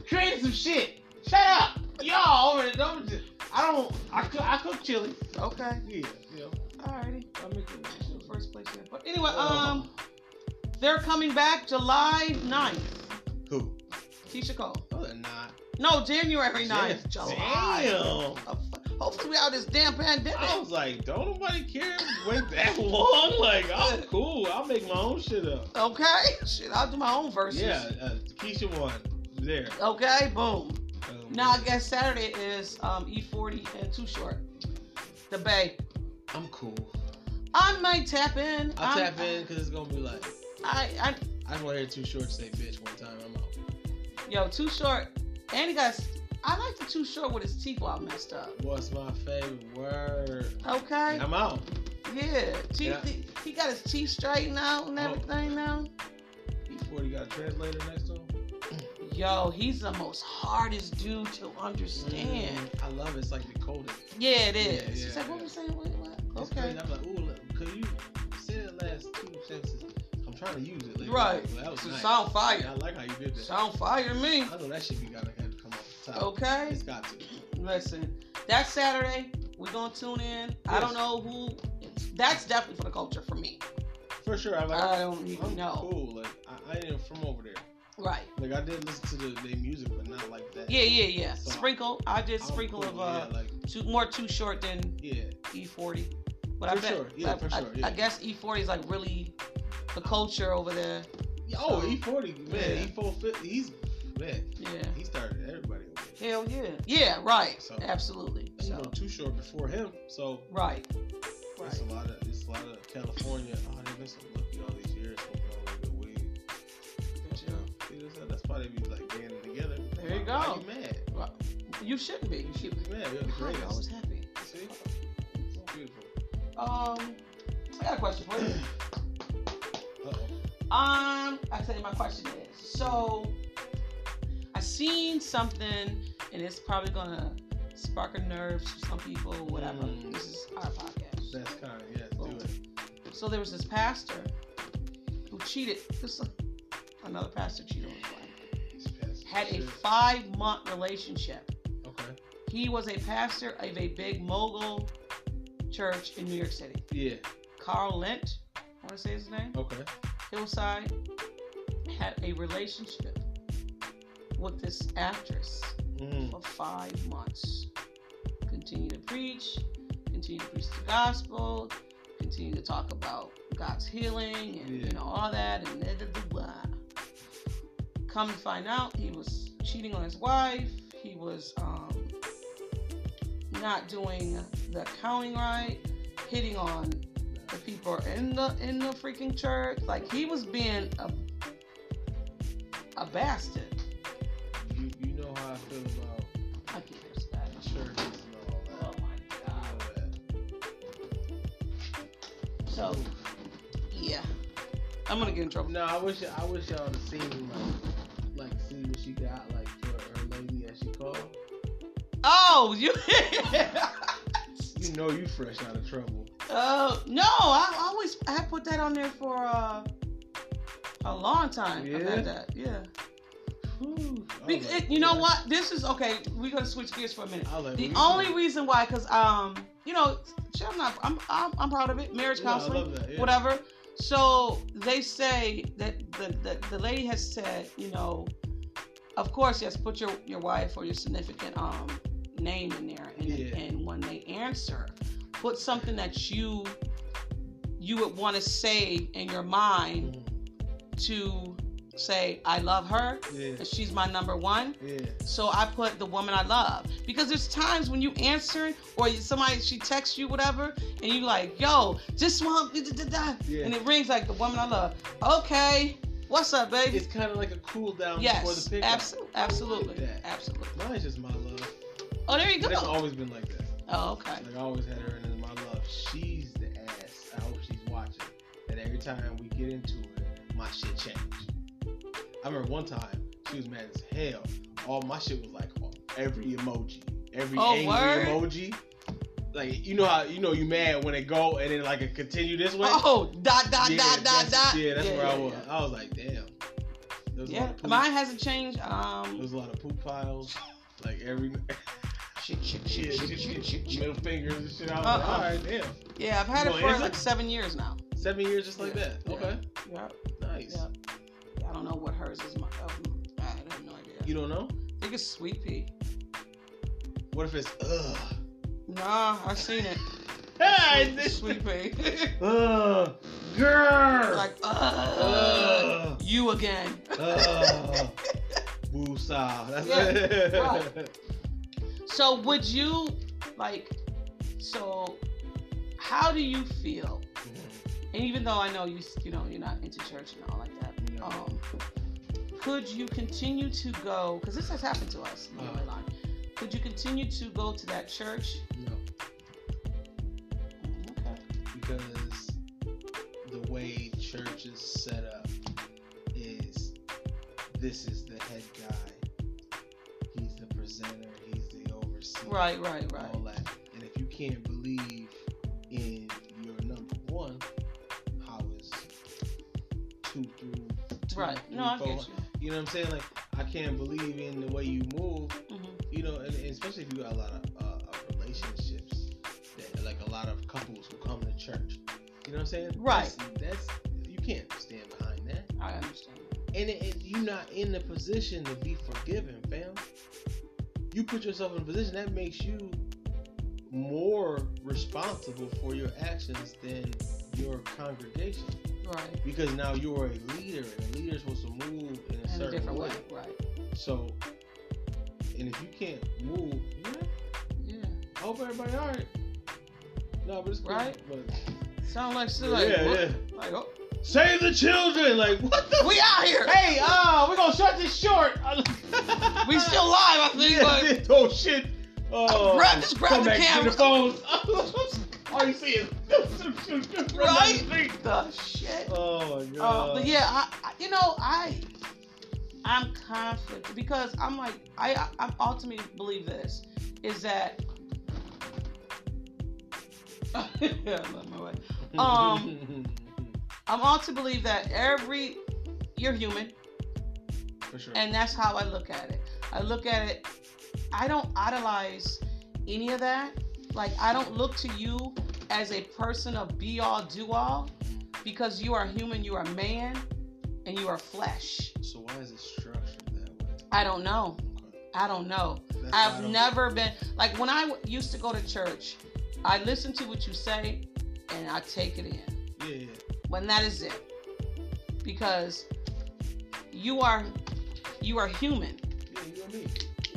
[SPEAKER 1] Created some shit. Shut up, y'all. Over there, don't just- I don't. I cook. I cook chili.
[SPEAKER 2] Okay.
[SPEAKER 1] Yeah, yeah.
[SPEAKER 2] Alrighty.
[SPEAKER 1] I make it with chili.
[SPEAKER 2] First place here. But anyway,
[SPEAKER 1] Uh,
[SPEAKER 2] um They're coming back July 9th.
[SPEAKER 1] who?
[SPEAKER 2] Keisha Cole.
[SPEAKER 1] Oh, they're not.
[SPEAKER 2] No, January 9th.
[SPEAKER 1] Yes,
[SPEAKER 2] July.
[SPEAKER 1] Damn.
[SPEAKER 2] Oh, fu- Hopefully, we out of this damn pandemic.
[SPEAKER 1] I was like, don't nobody care. Wait that long? Like, I'm cool. I'll make my own shit up.
[SPEAKER 2] Okay? Shit, I'll do my own verses.
[SPEAKER 1] Yeah, uh, Keisha won. There.
[SPEAKER 2] Okay, boom.
[SPEAKER 1] Um,
[SPEAKER 2] Now, I guess Saturday is um, E40 and Too Short. The Bay.
[SPEAKER 1] I'm cool.
[SPEAKER 2] I might tap in.
[SPEAKER 1] I'll
[SPEAKER 2] I'm-
[SPEAKER 1] tap in because it's gonna be like.
[SPEAKER 2] I,
[SPEAKER 1] I just want to hear Too Short say bitch one time. I'm out.
[SPEAKER 2] I, yo, Too Short. And he got. I like the Too Short with his teeth all messed up.
[SPEAKER 1] What's my favorite word?
[SPEAKER 2] Okay?
[SPEAKER 1] I'm out.
[SPEAKER 2] Yeah. Teeth,
[SPEAKER 1] Yeah.
[SPEAKER 2] He, he got his teeth straightened out and
[SPEAKER 1] Oh.
[SPEAKER 2] everything now.
[SPEAKER 1] E40 got a translator next to him.
[SPEAKER 2] Yo, he's the most hardest dude to understand.
[SPEAKER 1] Mm, I love it. It's like the coldest.
[SPEAKER 2] Yeah, it
[SPEAKER 1] Yeah,
[SPEAKER 2] is.
[SPEAKER 1] yeah,
[SPEAKER 2] She's like, what
[SPEAKER 1] yeah.
[SPEAKER 2] we saying? What, what?
[SPEAKER 1] It's
[SPEAKER 2] Okay.
[SPEAKER 1] crazy. I'm like, ooh, look, could you say the last two sentences? I'm trying to use it. Later.
[SPEAKER 2] Right.
[SPEAKER 1] Like, that was
[SPEAKER 2] So
[SPEAKER 1] nice.
[SPEAKER 2] sound
[SPEAKER 1] I
[SPEAKER 2] fire.
[SPEAKER 1] like how you did that.
[SPEAKER 2] Sound fire me.
[SPEAKER 1] I know that should be got to have to come off the top.
[SPEAKER 2] Okay.
[SPEAKER 1] It's got to.
[SPEAKER 2] Listen, that's Saturday. We're going to tune in. I don't
[SPEAKER 1] Yes.
[SPEAKER 2] know who. That's definitely for the culture for me.
[SPEAKER 1] For sure. I'm like,
[SPEAKER 2] I don't even
[SPEAKER 1] I'm
[SPEAKER 2] know.
[SPEAKER 1] cool. Like, I, I ain't from over there.
[SPEAKER 2] Right.
[SPEAKER 1] Like, I did listen to the, their music, but not like that.
[SPEAKER 2] Yeah, yeah, yeah.
[SPEAKER 1] So,
[SPEAKER 2] sprinkle. I did
[SPEAKER 1] I'm
[SPEAKER 2] sprinkle
[SPEAKER 1] cool,
[SPEAKER 2] of uh,
[SPEAKER 1] yeah, like,
[SPEAKER 2] two, more too short than
[SPEAKER 1] yeah.
[SPEAKER 2] E40. But I
[SPEAKER 1] For
[SPEAKER 2] bet.
[SPEAKER 1] sure. Yeah,
[SPEAKER 2] I,
[SPEAKER 1] for
[SPEAKER 2] I-
[SPEAKER 1] sure, yeah.
[SPEAKER 2] I guess E40 is like really the culture over there.
[SPEAKER 1] Oh,
[SPEAKER 2] So-
[SPEAKER 1] E40, man,
[SPEAKER 2] Yeah.
[SPEAKER 1] E450, he's, man,
[SPEAKER 2] Yeah.
[SPEAKER 1] he started everybody over there.
[SPEAKER 2] Hell yeah. Yeah, right.
[SPEAKER 1] So-
[SPEAKER 2] Absolutely.
[SPEAKER 1] She
[SPEAKER 2] So,
[SPEAKER 1] went too short before him, so
[SPEAKER 2] right.
[SPEAKER 1] it's
[SPEAKER 2] Right.
[SPEAKER 1] a lot of it's a lot of California. Oh, they've been so lucky all these years. Hope they don't get weed. You know, see, that's- that's why they be like banding together.
[SPEAKER 2] There you
[SPEAKER 1] Why- why
[SPEAKER 2] go.
[SPEAKER 1] you mad?
[SPEAKER 2] Well, you shouldn't be.
[SPEAKER 1] You should be mad. You're the
[SPEAKER 2] I'm always
[SPEAKER 1] greatest.
[SPEAKER 2] happy.
[SPEAKER 1] See, beautiful.
[SPEAKER 2] Um, I got a question for you.
[SPEAKER 1] Uh oh.
[SPEAKER 2] Um, I tell you my question is. So, I seen something, and it's probably gonna spark a nerve to some people, whatever.
[SPEAKER 1] Mm.
[SPEAKER 2] This is our podcast.
[SPEAKER 1] That's kind. Yes,
[SPEAKER 2] Oh.
[SPEAKER 1] do it.
[SPEAKER 2] So there was this pastor who cheated. This another pastor cheated on his wife.
[SPEAKER 1] It's past-
[SPEAKER 2] Had a
[SPEAKER 1] shit.
[SPEAKER 2] five month relationship.
[SPEAKER 1] Okay.
[SPEAKER 2] He was a pastor of a big mogul church in New York City.
[SPEAKER 1] Yeah.
[SPEAKER 2] Carl Lent, I want to say his name.
[SPEAKER 1] Okay.
[SPEAKER 2] Hillside had a relationship with this actress
[SPEAKER 1] Mm.
[SPEAKER 2] for five months. Continue to preach, continue to preach the gospel, continue to talk about God's healing and you
[SPEAKER 1] Yeah.
[SPEAKER 2] know all that and da, da, da, blah. Come to find out he was cheating on his wife, he was um, not doing the accounting right, hitting on the people in the in the freaking church. Like he was being a a bastard.
[SPEAKER 1] You, you know how I feel about
[SPEAKER 2] I can't understand.
[SPEAKER 1] churches and all that.
[SPEAKER 2] Oh my god. So yeah, I'm gonna get in trouble.
[SPEAKER 1] No, I wish I wish y'all to seen like like see what she got like for her lady as she called.
[SPEAKER 2] Oh, you.
[SPEAKER 1] You know you fresh out of trouble.
[SPEAKER 2] Oh no! I always I put that on there for uh, a long time. I've
[SPEAKER 1] Yeah? Oh
[SPEAKER 2] had that. Yeah.
[SPEAKER 1] Whew. I
[SPEAKER 2] Be-
[SPEAKER 1] was
[SPEAKER 2] it-
[SPEAKER 1] like,
[SPEAKER 2] you know
[SPEAKER 1] yeah.
[SPEAKER 2] what? This is okay. We're gonna switch gears for a minute.
[SPEAKER 1] I was like,
[SPEAKER 2] The
[SPEAKER 1] we-
[SPEAKER 2] only reason why, because um, you know, shit, I'm not, I'm, I'm, I'm proud of it. Marriage
[SPEAKER 1] Yeah, I
[SPEAKER 2] counseling,
[SPEAKER 1] love that, yeah.
[SPEAKER 2] whatever. So they say that the, the the lady has said, you know, of course, yes, put your your wife or your significant um name in there, and
[SPEAKER 1] Yeah.
[SPEAKER 2] and when they answer, put something that you you would want to say in your mind
[SPEAKER 1] Mm.
[SPEAKER 2] to say, I love her,
[SPEAKER 1] Yeah,
[SPEAKER 2] and she's my number one.
[SPEAKER 1] yeah.
[SPEAKER 2] So I put the woman I love because there's times when you answering or somebody she texts you whatever and you like yo just want da, da, da, da,"
[SPEAKER 1] Yeah.
[SPEAKER 2] and it rings like the woman I love. Okay, what's up, baby?
[SPEAKER 1] It's kind of like a cool down before
[SPEAKER 2] yes,
[SPEAKER 1] the pickup.
[SPEAKER 2] abso- absolutely,
[SPEAKER 1] Yeah.
[SPEAKER 2] absolutely.
[SPEAKER 1] Mine's just my love.
[SPEAKER 2] Oh, there you go.
[SPEAKER 1] It's always been like that.
[SPEAKER 2] Oh, okay.
[SPEAKER 1] Like I always had her in my love. She's the ass. I hope she's watching. And every time we get into it, my shit changed. I remember one time she was mad as hell. All my shit was like every emoji, every
[SPEAKER 2] Oh,
[SPEAKER 1] angry
[SPEAKER 2] word?
[SPEAKER 1] emoji. Like you know how you know you mad when it go and then like it continue this way.
[SPEAKER 2] Oh, dot dot
[SPEAKER 1] yeah,
[SPEAKER 2] dot dot
[SPEAKER 1] that's,
[SPEAKER 2] dot.
[SPEAKER 1] Yeah, that's where I was.
[SPEAKER 2] Yeah,
[SPEAKER 1] I was like, damn. There was a
[SPEAKER 2] yeah.
[SPEAKER 1] lot of poop.
[SPEAKER 2] mine hasn't changed.
[SPEAKER 1] There
[SPEAKER 2] Um,
[SPEAKER 1] was a lot of poop piles. Like every
[SPEAKER 2] shit, shit,
[SPEAKER 1] yeah,
[SPEAKER 2] shit, shit,
[SPEAKER 1] just
[SPEAKER 2] shit, shit, shit.
[SPEAKER 1] middle fingers and shit. I was
[SPEAKER 2] Uh-uh.
[SPEAKER 1] like, all right, damn.
[SPEAKER 2] Yeah, I've had
[SPEAKER 1] You
[SPEAKER 2] it
[SPEAKER 1] know,
[SPEAKER 2] for
[SPEAKER 1] is it?
[SPEAKER 2] like seven years now.
[SPEAKER 1] Seven years just like
[SPEAKER 2] Yeah.
[SPEAKER 1] that.
[SPEAKER 2] Yeah.
[SPEAKER 1] Okay.
[SPEAKER 2] Yep.
[SPEAKER 1] Nice.
[SPEAKER 2] Yep. I don't know what hers is. My, um, I have no idea.
[SPEAKER 1] You don't know?
[SPEAKER 2] I think it's Sweet Pea.
[SPEAKER 1] What if it's uh? ugh?
[SPEAKER 2] Nah, I've seen it.
[SPEAKER 1] Hey,
[SPEAKER 2] Sweet- Sweet Pea.
[SPEAKER 1] ugh, girl.
[SPEAKER 2] like, uh,
[SPEAKER 1] Ugh.
[SPEAKER 2] you again.
[SPEAKER 1] ugh. Woosah. uh, That's
[SPEAKER 2] Yeah,
[SPEAKER 1] it.
[SPEAKER 2] right. So, would you, like, so, how do you feel? And even though I know you, you know, you're not into church and all like that,
[SPEAKER 1] No.
[SPEAKER 2] um, could you continue to go? Because this has happened to us. you know,
[SPEAKER 1] Uh-huh.
[SPEAKER 2] Elon. Could you continue to go to that church?
[SPEAKER 1] No,
[SPEAKER 2] Mm, Okay.
[SPEAKER 1] because the way church is set up is this is the head guy. He's the presenter. He's the overseer.
[SPEAKER 2] Right, right,
[SPEAKER 1] and
[SPEAKER 2] right.
[SPEAKER 1] all that. And if you can't believe in your number one, how is two through two,
[SPEAKER 2] Right.
[SPEAKER 1] three,
[SPEAKER 2] No, I
[SPEAKER 1] four?
[SPEAKER 2] get
[SPEAKER 1] You know what I'm saying? Like I can't believe in the way you move.
[SPEAKER 2] you. hmm
[SPEAKER 1] You know, and, and especially if you got a lot of, uh, of relationships, that, like a lot of couples who come to church. You know what I'm saying?
[SPEAKER 2] Right.
[SPEAKER 1] That's, that's you can't stand behind that.
[SPEAKER 2] I understand.
[SPEAKER 1] And it, it- you're not in the position to be forgiven, fam. You put yourself in a position that makes you more responsible for your actions than your congregation.
[SPEAKER 2] Right.
[SPEAKER 1] Because now you're a leader, and a leader is supposed to move in a
[SPEAKER 2] In
[SPEAKER 1] certain
[SPEAKER 2] a different
[SPEAKER 1] way.
[SPEAKER 2] way. Right.
[SPEAKER 1] So, i- and if you can't move, yeah,
[SPEAKER 2] Yeah.
[SPEAKER 1] I hope everybody all right. No, but it's cool.
[SPEAKER 2] Right?
[SPEAKER 1] But,
[SPEAKER 2] Sound like shit like,
[SPEAKER 1] yeah,
[SPEAKER 2] what?
[SPEAKER 1] yeah.
[SPEAKER 2] like oh,
[SPEAKER 1] Save the children! Like what the?
[SPEAKER 2] we out here.
[SPEAKER 1] hey, uh, we're gonna shut this short.
[SPEAKER 2] We still live, I think,
[SPEAKER 1] Yeah,
[SPEAKER 2] but
[SPEAKER 1] yeah. oh shit. Oh,
[SPEAKER 2] grab- just grab
[SPEAKER 1] come
[SPEAKER 2] the
[SPEAKER 1] back, get
[SPEAKER 2] camera.
[SPEAKER 1] The phone. All you see is
[SPEAKER 2] Right? the shit.
[SPEAKER 1] Oh my god.
[SPEAKER 2] Uh, but yeah, I, I, you know, I, I'm conflict because I'm like, I, I ultimately believe this is that. yeah, I love my wife. um, I'm also believe that every, you're human,
[SPEAKER 1] For sure.
[SPEAKER 2] and that's how I look at it. I look at it. I don't idolize any of that. Like I don't look to you as a person of be all do all, because you are human. You are man, and you are flesh.
[SPEAKER 1] so why is it structured that way?
[SPEAKER 2] I don't know. I don't know.
[SPEAKER 1] That's why I
[SPEAKER 2] I've
[SPEAKER 1] don't-
[SPEAKER 2] never been like when I w- used to go to church. I listen to what you say, and I take it in.
[SPEAKER 1] Yeah, yeah.
[SPEAKER 2] when that is it because you are you are human
[SPEAKER 1] Yeah, you and me.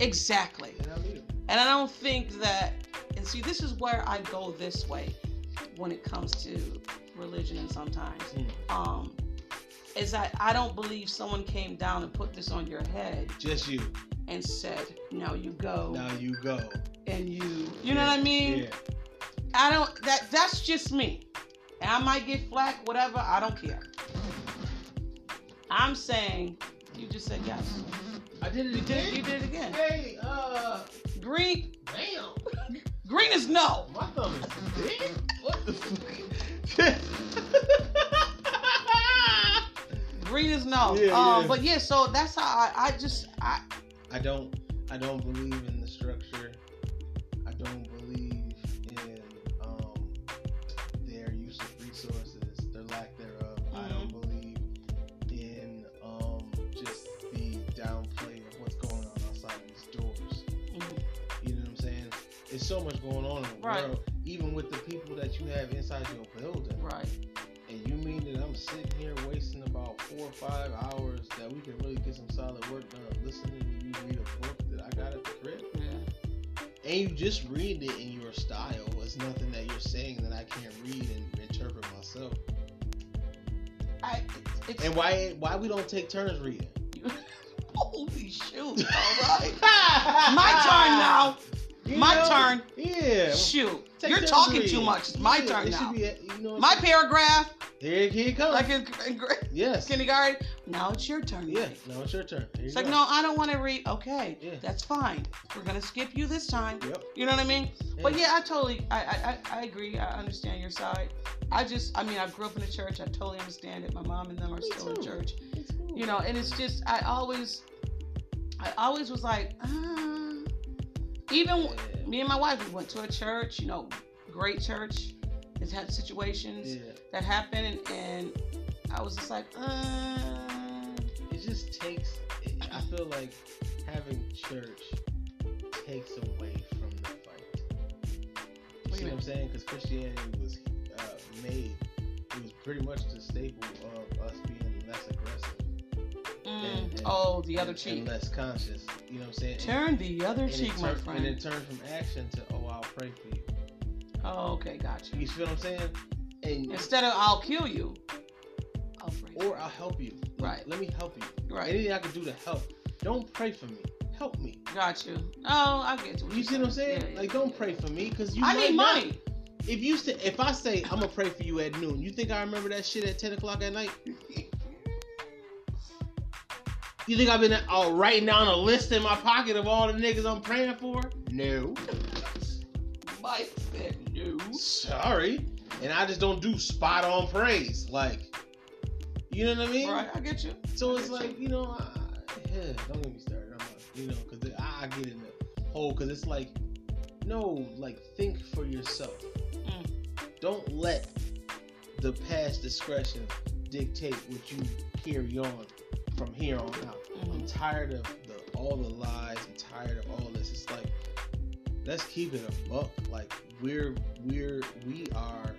[SPEAKER 2] exactly
[SPEAKER 1] And I'm you.
[SPEAKER 2] and i don't think that and see this is where i go this way when it comes to religion and sometimes
[SPEAKER 1] Hmm.
[SPEAKER 2] um is that i don't believe someone came down and put this on your head
[SPEAKER 1] Just you.
[SPEAKER 2] and said now you go
[SPEAKER 1] Now you go.
[SPEAKER 2] and you you know what i mean
[SPEAKER 1] Yeah.
[SPEAKER 2] i don't that that's just me and i might get flack whatever i don't care i'm saying you just said yes
[SPEAKER 1] I did it
[SPEAKER 2] You did
[SPEAKER 1] again.
[SPEAKER 2] it, you did it again.
[SPEAKER 1] Hey, uh,
[SPEAKER 2] Green,
[SPEAKER 1] damn.
[SPEAKER 2] green is no.
[SPEAKER 1] My thumb is big? What the fuck?
[SPEAKER 2] Green is no.
[SPEAKER 1] Yeah,
[SPEAKER 2] um,
[SPEAKER 1] yeah.
[SPEAKER 2] But yeah, so that's how I, I just, I,
[SPEAKER 1] I don't I don't believe in the structure. I don't believe in um, their use of resources, their lack thereof. I don't believe in um, just the downplay of what's going on outside these doors.
[SPEAKER 2] Mhm.
[SPEAKER 1] You know what I'm saying? There's so much going on in the
[SPEAKER 2] Right.
[SPEAKER 1] world, even with the people that you have inside your building.
[SPEAKER 2] right.
[SPEAKER 1] And you mean that I'm sitting here wasting about four or five hours that we can really get some solid work done listening to you read a book that I got at the crib?
[SPEAKER 2] Yeah.
[SPEAKER 1] And you just read it in your style. It's nothing that you're saying that I can't read and interpret myself.
[SPEAKER 2] I, it's, it's
[SPEAKER 1] And why why we don't take turns reading?
[SPEAKER 2] holy shoot. All right. My
[SPEAKER 1] You
[SPEAKER 2] My
[SPEAKER 1] know?
[SPEAKER 2] turn.
[SPEAKER 1] Yeah.
[SPEAKER 2] Shoot,
[SPEAKER 1] Take
[SPEAKER 2] you're
[SPEAKER 1] turns
[SPEAKER 2] talking
[SPEAKER 1] reading.
[SPEAKER 2] too much. It's my
[SPEAKER 1] Yeah,
[SPEAKER 2] turn
[SPEAKER 1] it
[SPEAKER 2] now.
[SPEAKER 1] Should be, a- you know,
[SPEAKER 2] My paragraph,
[SPEAKER 1] here, here it comes.
[SPEAKER 2] like in, in gra-
[SPEAKER 1] yes.
[SPEAKER 2] kindergarten. Now it's your turn.
[SPEAKER 1] yeah.
[SPEAKER 2] Mike.
[SPEAKER 1] Now it's your turn. Here
[SPEAKER 2] It's
[SPEAKER 1] you
[SPEAKER 2] like,
[SPEAKER 1] go.
[SPEAKER 2] no, I don't want to read. Okay,
[SPEAKER 1] Yeah.
[SPEAKER 2] that's fine. We're gonna skip you this time.
[SPEAKER 1] Yep.
[SPEAKER 2] You know what I mean? But yeah, I totally, I, I, I- I agree. I understand your side. I just, I mean, I grew up in the church. I totally understand it. My mom and them are
[SPEAKER 1] Me
[SPEAKER 2] still in
[SPEAKER 1] too.
[SPEAKER 2] church.
[SPEAKER 1] It's cool.
[SPEAKER 2] You know, and it's just, I always, I always was like, ah. even
[SPEAKER 1] Yeah.
[SPEAKER 2] me and my wife, we went to a church. You know, great church. It had situations
[SPEAKER 1] Yeah.
[SPEAKER 2] that happened, and I was just like, uh,
[SPEAKER 1] it just takes it, i feel like having church takes away from the fight you
[SPEAKER 2] What do you
[SPEAKER 1] see what
[SPEAKER 2] mean?
[SPEAKER 1] i'm saying because christianity was uh, made it was pretty much the staple of us being less aggressive
[SPEAKER 2] mm,
[SPEAKER 1] and-
[SPEAKER 2] oh, the other
[SPEAKER 1] and,
[SPEAKER 2] cheek.
[SPEAKER 1] and less conscious you know what i'm saying And-
[SPEAKER 2] Turn the other
[SPEAKER 1] and,
[SPEAKER 2] cheek,
[SPEAKER 1] it
[SPEAKER 2] my
[SPEAKER 1] turned- and
[SPEAKER 2] friend.
[SPEAKER 1] it turned from action to oh i'll pray for you
[SPEAKER 2] Oh, okay, gotcha.
[SPEAKER 1] you see what i'm saying and
[SPEAKER 2] Instead of I'll kill you, I'll break.
[SPEAKER 1] or i'll help you Like,
[SPEAKER 2] Right.
[SPEAKER 1] let me help you
[SPEAKER 2] Right.
[SPEAKER 1] anything i can do to help don't pray for me help me
[SPEAKER 2] Got you. Oh, I get you.
[SPEAKER 1] You see what I'm saying?
[SPEAKER 2] Yeah, yeah,
[SPEAKER 1] Like,
[SPEAKER 2] yeah.
[SPEAKER 1] don't pray for me, cause you.
[SPEAKER 2] I
[SPEAKER 1] might
[SPEAKER 2] need
[SPEAKER 1] not-
[SPEAKER 2] money.
[SPEAKER 1] If you say, if I say I'm gonna pray for you at noon, you think I remember that shit at ten o'clock at night? You think I've been uh, writing down a list in my pocket of all the niggas I'm praying for? No.
[SPEAKER 2] Mike said no.
[SPEAKER 1] Sorry. And I just don't do spot on praise, like. You know what I mean?
[SPEAKER 2] Right, I get you.
[SPEAKER 1] So
[SPEAKER 2] I
[SPEAKER 1] it's
[SPEAKER 2] get
[SPEAKER 1] like you know, I, yeah, don't get me started. I'm not, you know, because I, I get in the hole because it's like, no, like think for yourself.
[SPEAKER 2] Mm.
[SPEAKER 1] Don't let the past discretion dictate what you carry on from here on out. I'm
[SPEAKER 2] Mhm.
[SPEAKER 1] tired of the all the lies. I'm tired of all this. It's like let's keep it a buck. Like we're we're we are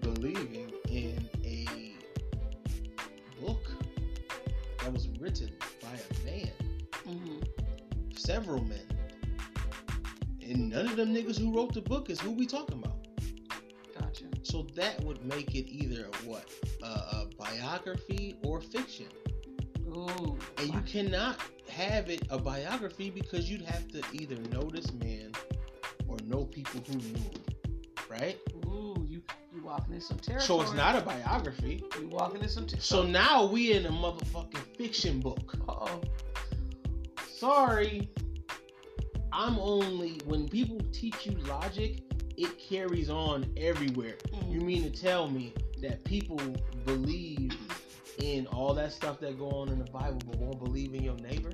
[SPEAKER 1] believing in a book that was written by a man.
[SPEAKER 2] Mhm.
[SPEAKER 1] several men. And none of them niggas who wrote the book is who we talking about.
[SPEAKER 2] Gotcha.
[SPEAKER 1] So that would make it either a what? A, a biography or fiction.
[SPEAKER 2] Ooh.
[SPEAKER 1] And you cannot have it a biography because you'd have to either know this man or know people who knew him. Right?
[SPEAKER 2] Ooh, you you walking in some territory.
[SPEAKER 1] So it's not a biography.
[SPEAKER 2] You walking in some. oh, Ter-
[SPEAKER 1] So now we in a motherfucking fiction book.
[SPEAKER 2] Uh oh.
[SPEAKER 1] Sorry. I'm only when people teach you logic, it carries on everywhere.
[SPEAKER 2] Mm,
[SPEAKER 1] You mean to tell me that people believe in all that stuff that go on in the Bible, but won't believe in your neighbor?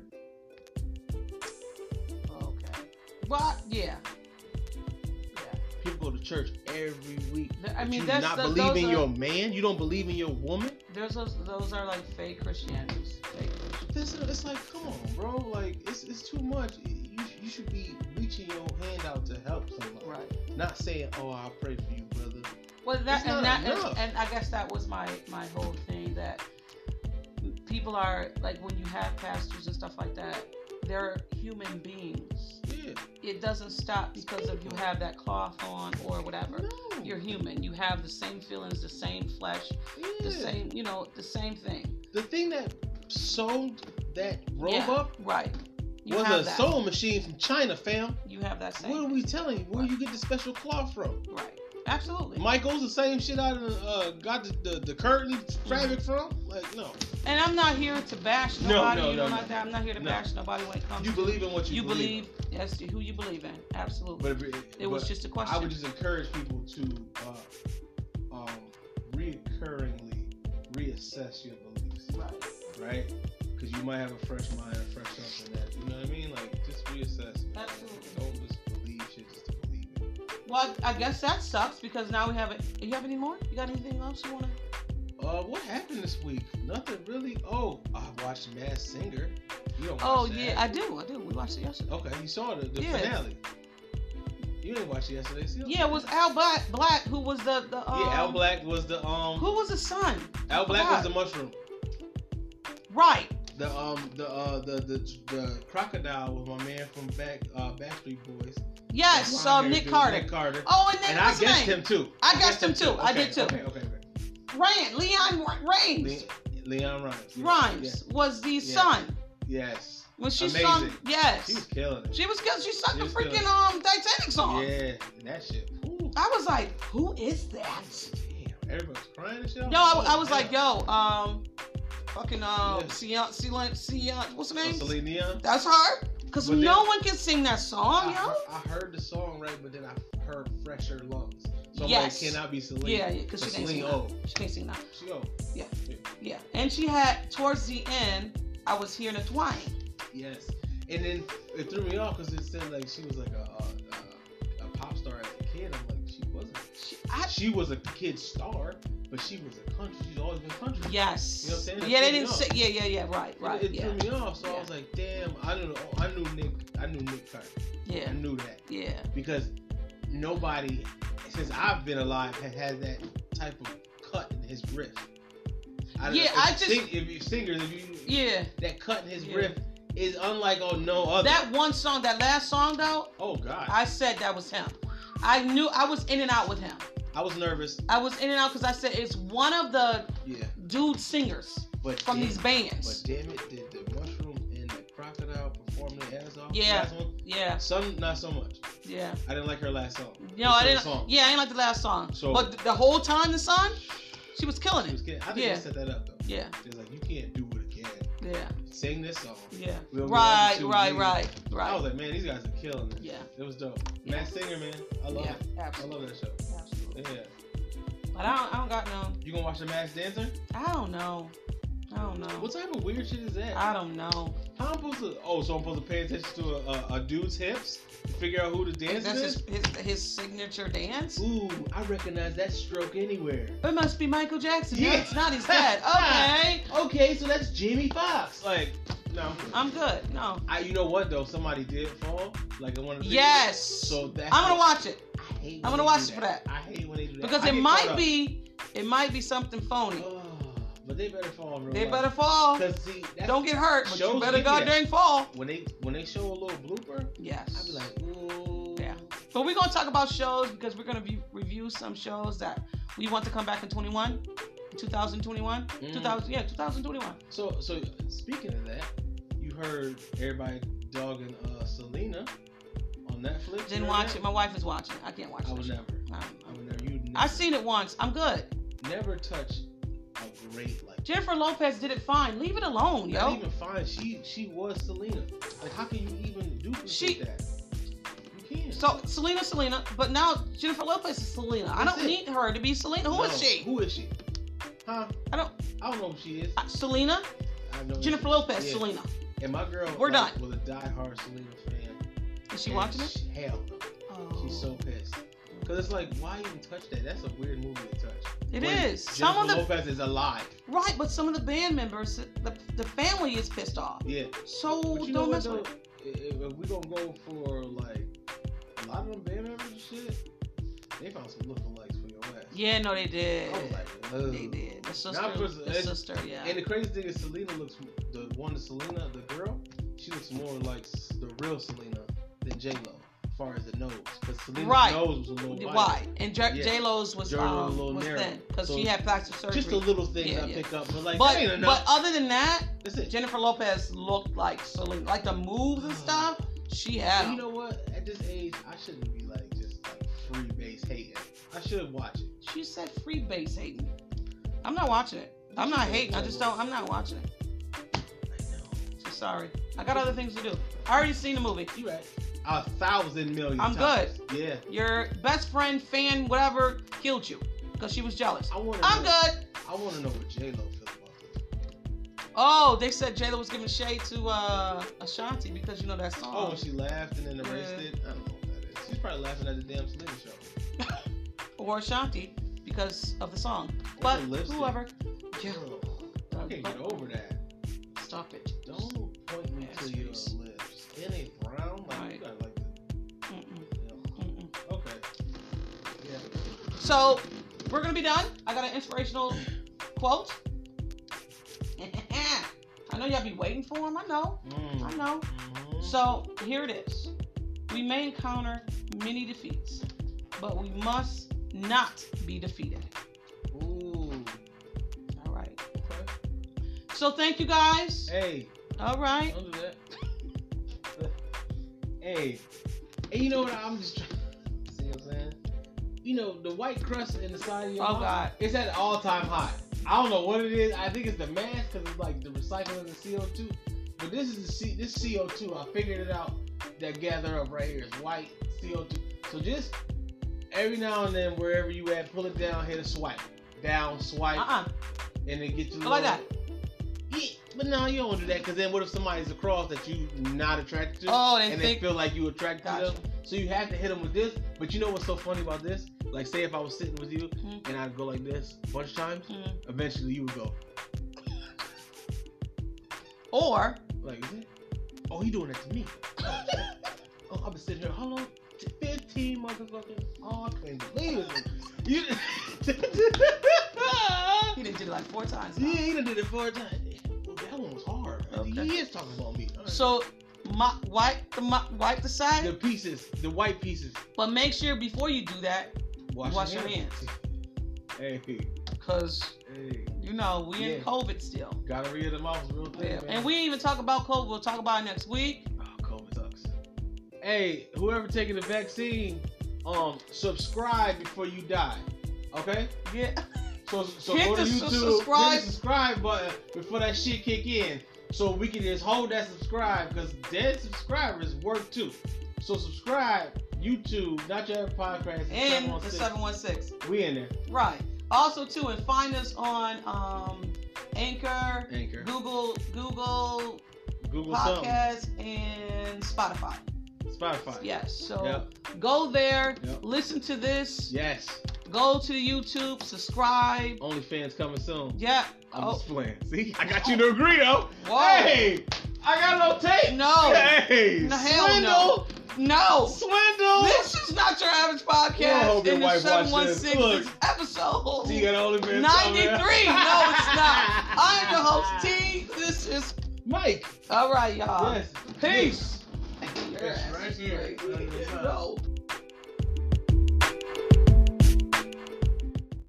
[SPEAKER 2] Okay. Well, yeah. Yeah.
[SPEAKER 1] People go to church every week.
[SPEAKER 2] Th- I
[SPEAKER 1] But
[SPEAKER 2] mean,
[SPEAKER 1] you
[SPEAKER 2] that's
[SPEAKER 1] not
[SPEAKER 2] the,
[SPEAKER 1] believe
[SPEAKER 2] those
[SPEAKER 1] in
[SPEAKER 2] are,
[SPEAKER 1] your man. You don't believe in your woman.
[SPEAKER 2] There's those those are like fake Christianities. Fake Christian.
[SPEAKER 1] This is- it's like, come on, bro. Like it's it's too much. You, you should be reaching your hand out to help somebody,
[SPEAKER 2] Right.
[SPEAKER 1] not saying, "Oh, I pray for you, brother."
[SPEAKER 2] Well, that
[SPEAKER 1] It's not
[SPEAKER 2] and that and,
[SPEAKER 1] enough.
[SPEAKER 2] and I guess that was my my whole thing that people are like when you have pastors and stuff like that, they're human beings.
[SPEAKER 1] Yeah,
[SPEAKER 2] It doesn't stop because of you have that cloth on or whatever.
[SPEAKER 1] no,
[SPEAKER 2] You're human. You have the same feelings, the same flesh,
[SPEAKER 1] Yeah.
[SPEAKER 2] the same you know, the same thing.
[SPEAKER 1] The thing that sold that robe
[SPEAKER 2] Yeah,
[SPEAKER 1] up
[SPEAKER 2] Right. You
[SPEAKER 1] was
[SPEAKER 2] have
[SPEAKER 1] a
[SPEAKER 2] that.
[SPEAKER 1] sewing machine from China, fam.
[SPEAKER 2] You have that same.
[SPEAKER 1] What are we telling you? Where
[SPEAKER 2] Right.
[SPEAKER 1] you get the special cloth from?
[SPEAKER 2] Right. Absolutely.
[SPEAKER 1] Michael's the same shit out of uh, got the, the, the curtain fabric from? Like, no.
[SPEAKER 2] and I'm not here to bash
[SPEAKER 1] No,
[SPEAKER 2] nobody.
[SPEAKER 1] no,
[SPEAKER 2] you
[SPEAKER 1] no,
[SPEAKER 2] know
[SPEAKER 1] no.
[SPEAKER 2] like that. I'm not here to
[SPEAKER 1] No.
[SPEAKER 2] bash nobody when it comes.
[SPEAKER 1] You
[SPEAKER 2] to
[SPEAKER 1] believe in what you,
[SPEAKER 2] you believe. That's who you believe in. Absolutely.
[SPEAKER 1] But it,
[SPEAKER 2] It was just a question.
[SPEAKER 1] I would just encourage people to uh, um, reoccurringly reassess your beliefs,
[SPEAKER 2] Right.
[SPEAKER 1] right? Because you might have a fresh mind, a fresh something that you know what I mean. Like, just reassess. man.
[SPEAKER 2] Absolutely.
[SPEAKER 1] Don't just believe shit just to believe it.
[SPEAKER 2] Well, I guess that sucks because now we have it. You have any more? You got anything else you wanna?
[SPEAKER 1] Uh, what happened this week? Nothing really. Oh, I watched Mad Singer. You don't.
[SPEAKER 2] Oh
[SPEAKER 1] watch that.
[SPEAKER 2] yeah, I do. I do. We watched it yesterday.
[SPEAKER 1] Okay, you saw the, the
[SPEAKER 2] Yeah.
[SPEAKER 1] finale. You didn't watch it yesterday, see?
[SPEAKER 2] Yeah, it was Al Black, Black who was the the. Um,
[SPEAKER 1] yeah, Al Black was the um.
[SPEAKER 2] Who was the son?
[SPEAKER 1] Al Black
[SPEAKER 2] forgot.
[SPEAKER 1] was the mushroom.
[SPEAKER 2] Right.
[SPEAKER 1] The um the uh the the, the crocodile was my man from back uh Backstreet Boys.
[SPEAKER 2] Yes.
[SPEAKER 1] The
[SPEAKER 2] So
[SPEAKER 1] blonde-haired
[SPEAKER 2] Nick
[SPEAKER 1] dude,
[SPEAKER 2] Carter.
[SPEAKER 1] Nick Carter.
[SPEAKER 2] Oh, and then
[SPEAKER 1] and I
[SPEAKER 2] what's his
[SPEAKER 1] guessed
[SPEAKER 2] name?
[SPEAKER 1] him too.
[SPEAKER 2] I guessed him too. I
[SPEAKER 1] Okay,
[SPEAKER 2] did too.
[SPEAKER 1] Okay, okay, okay.
[SPEAKER 2] Rand. Leon Ra- Raines.
[SPEAKER 1] Le- Leon Rhymes. yes,
[SPEAKER 2] Rhymes was the
[SPEAKER 1] Yeah.
[SPEAKER 2] son.
[SPEAKER 1] Yes.
[SPEAKER 2] When she
[SPEAKER 1] Amazing.
[SPEAKER 2] sung,
[SPEAKER 1] She was
[SPEAKER 2] yes,
[SPEAKER 1] killing it.
[SPEAKER 2] she was because she sung
[SPEAKER 1] She
[SPEAKER 2] the
[SPEAKER 1] was
[SPEAKER 2] freaking
[SPEAKER 1] killing it.
[SPEAKER 2] um Titanic song.
[SPEAKER 1] Yeah, and that shit. Ooh.
[SPEAKER 2] I was like, who is that?
[SPEAKER 1] Damn, everybody's crying and shit.
[SPEAKER 2] Yo, I, I was
[SPEAKER 1] Damn.
[SPEAKER 2] like, yo, um, fucking um,
[SPEAKER 1] Yeah.
[SPEAKER 2] Sion, Sion, Sion, what's her
[SPEAKER 1] Oh,
[SPEAKER 2] name?
[SPEAKER 1] Celine Dion?
[SPEAKER 2] That's her. Cause
[SPEAKER 1] But then-
[SPEAKER 2] no one can sing that song,
[SPEAKER 1] I,
[SPEAKER 2] Oh, yo.
[SPEAKER 1] I heard the song right, but then I heard fresher lungs. So I'm
[SPEAKER 2] Yes.
[SPEAKER 1] like, can I be Celine?
[SPEAKER 2] Yeah, yeah, cause she
[SPEAKER 1] Celine
[SPEAKER 2] can't sing. That.
[SPEAKER 1] old.
[SPEAKER 2] She can't sing that.
[SPEAKER 1] oh, She oh, old.
[SPEAKER 2] Yeah, and she had towards the end, I was hearing a twang.
[SPEAKER 1] Yes. And then it threw me off because it said like she was like a, a, a, a pop star as a kid. I'm like, she wasn't.
[SPEAKER 2] She, I,
[SPEAKER 1] She was a kid star, but she was a country. She's always been country.
[SPEAKER 2] yes.
[SPEAKER 1] You know what I'm saying? That
[SPEAKER 2] yeah, they
[SPEAKER 1] threw me
[SPEAKER 2] didn't
[SPEAKER 1] off.
[SPEAKER 2] say. Yeah, yeah, yeah. Right, right.
[SPEAKER 1] It, it
[SPEAKER 2] yeah,
[SPEAKER 1] threw me off, so I
[SPEAKER 2] Yeah.
[SPEAKER 1] was like, "Damn, I knew, I knew Nick, I knew Nick Carter,
[SPEAKER 2] yeah,
[SPEAKER 1] I knew that
[SPEAKER 2] yeah.
[SPEAKER 1] because nobody since I've been alive has had that type of cut in his riff. don't-
[SPEAKER 2] Yeah,
[SPEAKER 1] if
[SPEAKER 2] I
[SPEAKER 1] you
[SPEAKER 2] just-
[SPEAKER 1] sing, if you singers, if you
[SPEAKER 2] Yeah,
[SPEAKER 1] that cut in his
[SPEAKER 2] Yeah.
[SPEAKER 1] riff is unlike on no other.
[SPEAKER 2] that one song, that last song though,
[SPEAKER 1] oh God, I,
[SPEAKER 2] I said that was him. I knew I was in and out with him.
[SPEAKER 1] was nervous.
[SPEAKER 2] I was in and out because I said it's one of the
[SPEAKER 1] Yeah,
[SPEAKER 2] dude singers
[SPEAKER 1] but
[SPEAKER 2] from
[SPEAKER 1] damn,
[SPEAKER 2] these
[SPEAKER 1] but
[SPEAKER 2] bands.
[SPEAKER 1] damn it, did the mushroom and the crocodile perform their ass off?
[SPEAKER 2] Yeah.
[SPEAKER 1] Last one?
[SPEAKER 2] Yeah,
[SPEAKER 1] some not so much.
[SPEAKER 2] yeah.
[SPEAKER 1] I didn't like her last song.
[SPEAKER 2] No, I
[SPEAKER 1] Her
[SPEAKER 2] didn't.
[SPEAKER 1] Song.
[SPEAKER 2] Yeah, I ain't like the last song.
[SPEAKER 1] Oh. So-
[SPEAKER 2] but th- the whole time, the song, she was killing
[SPEAKER 1] She
[SPEAKER 2] it.
[SPEAKER 1] was kidding. I think
[SPEAKER 2] Yeah.
[SPEAKER 1] they set that up though.
[SPEAKER 2] Yeah,
[SPEAKER 1] It's like you can't do it again.
[SPEAKER 2] yeah,
[SPEAKER 1] Sing this song.
[SPEAKER 2] yeah.
[SPEAKER 1] We'll be
[SPEAKER 2] Right,
[SPEAKER 1] on to
[SPEAKER 2] right,
[SPEAKER 1] you.
[SPEAKER 2] right,
[SPEAKER 1] I was
[SPEAKER 2] right.
[SPEAKER 1] like, man, these guys are killing it.
[SPEAKER 2] Yeah,
[SPEAKER 1] It was dope.
[SPEAKER 2] Yeah.
[SPEAKER 1] Matt Singer, man. I love
[SPEAKER 2] yeah,
[SPEAKER 1] it. I
[SPEAKER 2] absolutely.
[SPEAKER 1] love that show.
[SPEAKER 2] absolutely.
[SPEAKER 1] Yeah.
[SPEAKER 2] But I don't, I don't got no.
[SPEAKER 1] You gonna watch the Masked Dancer?
[SPEAKER 2] I don't know. I don't know.
[SPEAKER 1] What type of weird shit is that?
[SPEAKER 2] I don't know.
[SPEAKER 1] How I'm supposed to? Oh, so I'm supposed to pay attention to a, a, a dude's hips to figure out who the dancer
[SPEAKER 2] That's
[SPEAKER 1] is?
[SPEAKER 2] his, his his signature dance.
[SPEAKER 1] Ooh, I recognize that stroke anywhere.
[SPEAKER 2] It must be Michael Jackson. No,
[SPEAKER 1] Yeah. Ah.
[SPEAKER 2] it's not. He's dead. Okay,
[SPEAKER 1] Okay, so that's Jamie Foxx. Like, no, I'm good.
[SPEAKER 2] I'm good. No.
[SPEAKER 1] I, you know what though? Somebody did fall. Like in one of the videos.
[SPEAKER 2] Yes.
[SPEAKER 1] So that's
[SPEAKER 2] I'm gonna watch it
[SPEAKER 1] I hate when
[SPEAKER 2] I'm gonna
[SPEAKER 1] they
[SPEAKER 2] watch
[SPEAKER 1] do
[SPEAKER 2] it for
[SPEAKER 1] that. I hate when they do that
[SPEAKER 2] because
[SPEAKER 1] I
[SPEAKER 2] it
[SPEAKER 1] get caught
[SPEAKER 2] might
[SPEAKER 1] up.
[SPEAKER 2] be, it might be something phony.
[SPEAKER 1] Oh, but they better fall in real
[SPEAKER 2] They
[SPEAKER 1] life.
[SPEAKER 2] better fall.
[SPEAKER 1] 'Cause see, that's-
[SPEAKER 2] Don't get hurt, but you
[SPEAKER 1] shows
[SPEAKER 2] better
[SPEAKER 1] give you that.
[SPEAKER 2] goddamn fall.
[SPEAKER 1] when they when they show a little blooper, I
[SPEAKER 2] Yes.
[SPEAKER 1] be like, ooh,
[SPEAKER 2] Yeah. But we're gonna talk about shows because we're gonna be, review some shows that we want to come back in 21, 2021,
[SPEAKER 1] Mm.
[SPEAKER 2] 2000, yeah, 2021.
[SPEAKER 1] So so speaking of that, you heard everybody dogging uh, Selena on Netflix.
[SPEAKER 2] Didn't watch it. My wife is watching. I can't watch
[SPEAKER 1] I
[SPEAKER 2] it.
[SPEAKER 1] would never.
[SPEAKER 2] I,
[SPEAKER 1] I would never. You
[SPEAKER 2] I
[SPEAKER 1] never,
[SPEAKER 2] seen it once. I'm good.
[SPEAKER 1] never touch a great like.
[SPEAKER 2] Jennifer Lopez did it fine. Leave it alone,
[SPEAKER 1] Not
[SPEAKER 2] yo.
[SPEAKER 1] even fine. She she was Selena. Like how can you even duplicate
[SPEAKER 2] She-
[SPEAKER 1] that? You can't.
[SPEAKER 2] So Selena, Selena, but now Jennifer Lopez is Selena. I
[SPEAKER 1] That's
[SPEAKER 2] don't
[SPEAKER 1] it.
[SPEAKER 2] need her to be Selena. Who is
[SPEAKER 1] No,
[SPEAKER 2] she?
[SPEAKER 1] Who is she? Huh?
[SPEAKER 2] I don't-
[SPEAKER 1] I don't know who she is.
[SPEAKER 2] Uh, Selena,
[SPEAKER 1] I know
[SPEAKER 2] Jennifer
[SPEAKER 1] she-
[SPEAKER 2] Lopez,
[SPEAKER 1] yeah.
[SPEAKER 2] Selena.
[SPEAKER 1] And my girl
[SPEAKER 2] We're
[SPEAKER 1] like,
[SPEAKER 2] done.
[SPEAKER 1] was a diehard Selena fan.
[SPEAKER 2] Is she
[SPEAKER 1] and
[SPEAKER 2] watching it?
[SPEAKER 1] she- Hell no.
[SPEAKER 2] Oh.
[SPEAKER 1] She's so pissed. Cause it's like, why even touch that? That's a weird movie to touch.
[SPEAKER 2] It
[SPEAKER 1] When
[SPEAKER 2] is.
[SPEAKER 1] Jennifer
[SPEAKER 2] Some of the
[SPEAKER 1] Lopez is alive.
[SPEAKER 2] right, but some of the band members, the, the family is pissed off.
[SPEAKER 1] Yeah.
[SPEAKER 2] So
[SPEAKER 1] But you know
[SPEAKER 2] don't
[SPEAKER 1] what,
[SPEAKER 2] mess with it.
[SPEAKER 1] though? If, if we gonna go for like a lot of them band members and shit, they found some lookalikes for your ass.
[SPEAKER 2] Yeah, no, they did.
[SPEAKER 1] I was like, Ugh.
[SPEAKER 2] they did. The sister,
[SPEAKER 1] Not for-
[SPEAKER 2] the
[SPEAKER 1] and-
[SPEAKER 2] sister, yeah.
[SPEAKER 1] And the crazy thing is, Selena looks the one, Selena, the girl. She looks more like s- the real Selena than J Lo, as far as the nose. Because Selena's
[SPEAKER 2] Right.
[SPEAKER 1] nose was a little wider.
[SPEAKER 2] Why? And J-
[SPEAKER 1] Yeah.
[SPEAKER 2] J-Lo's was,
[SPEAKER 1] Jordan was a
[SPEAKER 2] um,
[SPEAKER 1] little
[SPEAKER 2] was
[SPEAKER 1] narrow.
[SPEAKER 2] thin because
[SPEAKER 1] So
[SPEAKER 2] she had plastic surgery.
[SPEAKER 1] Just the little things
[SPEAKER 2] Yeah,
[SPEAKER 1] I
[SPEAKER 2] yeah.
[SPEAKER 1] pick up, but like, that ain't
[SPEAKER 2] but, but uh,
[SPEAKER 1] enough.
[SPEAKER 2] other than that,
[SPEAKER 1] That's it.
[SPEAKER 2] Jennifer Lopez looked like Selena. Like the moves and stuff, she had.
[SPEAKER 1] Uh-huh. And you
[SPEAKER 2] 'em.
[SPEAKER 1] know what? At this age, I shouldn't be like just like free base hating. I should watch it.
[SPEAKER 2] She said free base hating. I'm not watching it. I'm not hating. I just don't. I'm not watching it.
[SPEAKER 1] I know.
[SPEAKER 2] So sorry. I got other things to do. I already seen the movie.
[SPEAKER 1] You right. A thousand million.
[SPEAKER 2] I'm
[SPEAKER 1] times. good. Yeah.
[SPEAKER 2] Your best friend, fan, whatever, killed you because she was jealous.
[SPEAKER 1] I want.
[SPEAKER 2] I'm
[SPEAKER 1] know,
[SPEAKER 2] good.
[SPEAKER 1] I want to know what J Lo feels about this.
[SPEAKER 2] Oh, they said Jayla was giving shade to uh, Ashanti because you know that song.
[SPEAKER 1] Oh, when she laughed and then erased
[SPEAKER 2] Yeah.
[SPEAKER 1] it. I don't know what that is. She's probably laughing at the damn Selena show.
[SPEAKER 2] or Ashanti because of the song. But
[SPEAKER 1] the lip sync.
[SPEAKER 2] whoever. Yeah.
[SPEAKER 1] Ugh, I can't get over that.
[SPEAKER 2] Stop it.
[SPEAKER 1] Don't point me to your
[SPEAKER 2] Asterisk.
[SPEAKER 1] lips. It ain't brown. Like you
[SPEAKER 2] Right.
[SPEAKER 1] got like the.
[SPEAKER 2] Mm-mm,
[SPEAKER 1] yeah.
[SPEAKER 2] mm-mm.
[SPEAKER 1] Okay. Yeah.
[SPEAKER 2] So we're gonna be done. I got an inspirational quote. I know y'all be waiting for him. I know. I
[SPEAKER 1] Mm.
[SPEAKER 2] know.
[SPEAKER 1] Mhm.
[SPEAKER 2] So here it is. We may encounter many defeats, but we must not be defeated.
[SPEAKER 1] Ooh.
[SPEAKER 2] All right.
[SPEAKER 1] Okay.
[SPEAKER 2] So thank you guys.
[SPEAKER 1] Hey.
[SPEAKER 2] All right.
[SPEAKER 1] Don't do that. hey, and you know what? I'm just trying. See what I'm saying? You know the white crust in the side of your
[SPEAKER 2] Oh,
[SPEAKER 1] mouth,
[SPEAKER 2] God.
[SPEAKER 1] it's at an all-time high. I don't know what it is. I think it's the mask because it's like the recycling of the CO2. But this is the C- this CO2. I figured it out. That gather up right here is white CO2. So just every now and then, wherever you at, pull it down, hit a swipe, down,
[SPEAKER 2] Uh
[SPEAKER 1] swipe,
[SPEAKER 2] uh
[SPEAKER 1] and then get you
[SPEAKER 2] Go like that.
[SPEAKER 1] yeah, but no, you don't do that because then what if somebody's across that you not attracted to,
[SPEAKER 2] Oh, they
[SPEAKER 1] and they
[SPEAKER 2] think.
[SPEAKER 1] feel like you attracted to
[SPEAKER 2] Gotcha.
[SPEAKER 1] them? So you have to hit them with this. But you know what's so funny about this? Like, say if I was sitting with you
[SPEAKER 2] Mhm.
[SPEAKER 1] and I'd go like this a bunch of times,
[SPEAKER 2] Mm.
[SPEAKER 1] eventually you would go
[SPEAKER 2] Or
[SPEAKER 1] like, is it? Oh, he doing that to me? Oh, shit. oh I've been sitting here how long? T- Fifteen motherfucking. Oh, I can't believe it. You.
[SPEAKER 2] he done did it like four times. now.
[SPEAKER 1] yeah, he done did it four times. That one was hard.
[SPEAKER 2] Okay.
[SPEAKER 1] He is talking about me. All right.
[SPEAKER 2] So my, wipe the mo- wipe the side,
[SPEAKER 1] the pieces, the white pieces.
[SPEAKER 2] but make sure before you do that,
[SPEAKER 1] Wash,
[SPEAKER 2] Wash your
[SPEAKER 1] Hey,
[SPEAKER 2] cause
[SPEAKER 1] hey,
[SPEAKER 2] you know we in
[SPEAKER 1] Yeah.
[SPEAKER 2] COVID still.
[SPEAKER 1] gotta rid the mouth real quick.
[SPEAKER 2] Yeah.
[SPEAKER 1] man.
[SPEAKER 2] And we didn't even talk about COVID. We'll talk about it next week.
[SPEAKER 1] oh, COVID sucks. Hey, whoever taking the vaccine, um, subscribe before you die. Okay,
[SPEAKER 2] Yeah.
[SPEAKER 1] so so
[SPEAKER 2] Hit
[SPEAKER 1] go to
[SPEAKER 2] the su-
[SPEAKER 1] YouTube,
[SPEAKER 2] subscribe.
[SPEAKER 1] hit the subscribe button before that shit kick in, so we can just hold that subscribe because dead subscribers work too. So subscribe YouTube, not your other podcast.
[SPEAKER 2] And
[SPEAKER 1] 716.
[SPEAKER 2] the 716.
[SPEAKER 1] we in there.
[SPEAKER 2] Right. Also too, and find us on um Anchor,
[SPEAKER 1] Anchor,
[SPEAKER 2] Google, Google
[SPEAKER 1] Google something,
[SPEAKER 2] Podcast, and Spotify.
[SPEAKER 1] Spotify.
[SPEAKER 2] Yes. So
[SPEAKER 1] Yep.
[SPEAKER 2] go there,
[SPEAKER 1] Yep.
[SPEAKER 2] listen to this,
[SPEAKER 1] Yes.
[SPEAKER 2] go to YouTube, subscribe.
[SPEAKER 1] OnlyFans coming soon.
[SPEAKER 2] Yeah.
[SPEAKER 1] I'm
[SPEAKER 2] Oh.
[SPEAKER 1] just playing. See, I got you to agree though.
[SPEAKER 2] Whoa.
[SPEAKER 1] Hey, Oh. I got no tape.
[SPEAKER 2] No.
[SPEAKER 1] Hey,
[SPEAKER 2] No, hell
[SPEAKER 1] swindle,
[SPEAKER 2] no. No.
[SPEAKER 1] swindle.
[SPEAKER 2] This is not your average
[SPEAKER 1] Lord, I
[SPEAKER 2] podcast
[SPEAKER 1] hope your
[SPEAKER 2] in the
[SPEAKER 1] wife watches this.
[SPEAKER 2] 716
[SPEAKER 1] Look.
[SPEAKER 2] episode.
[SPEAKER 1] T got all the man
[SPEAKER 2] 93. No, it's not. I'm your host, T. This is.
[SPEAKER 1] Mike.
[SPEAKER 2] All right, y'all.
[SPEAKER 1] Yes.
[SPEAKER 2] Peace.
[SPEAKER 1] Yes, right here.
[SPEAKER 2] No.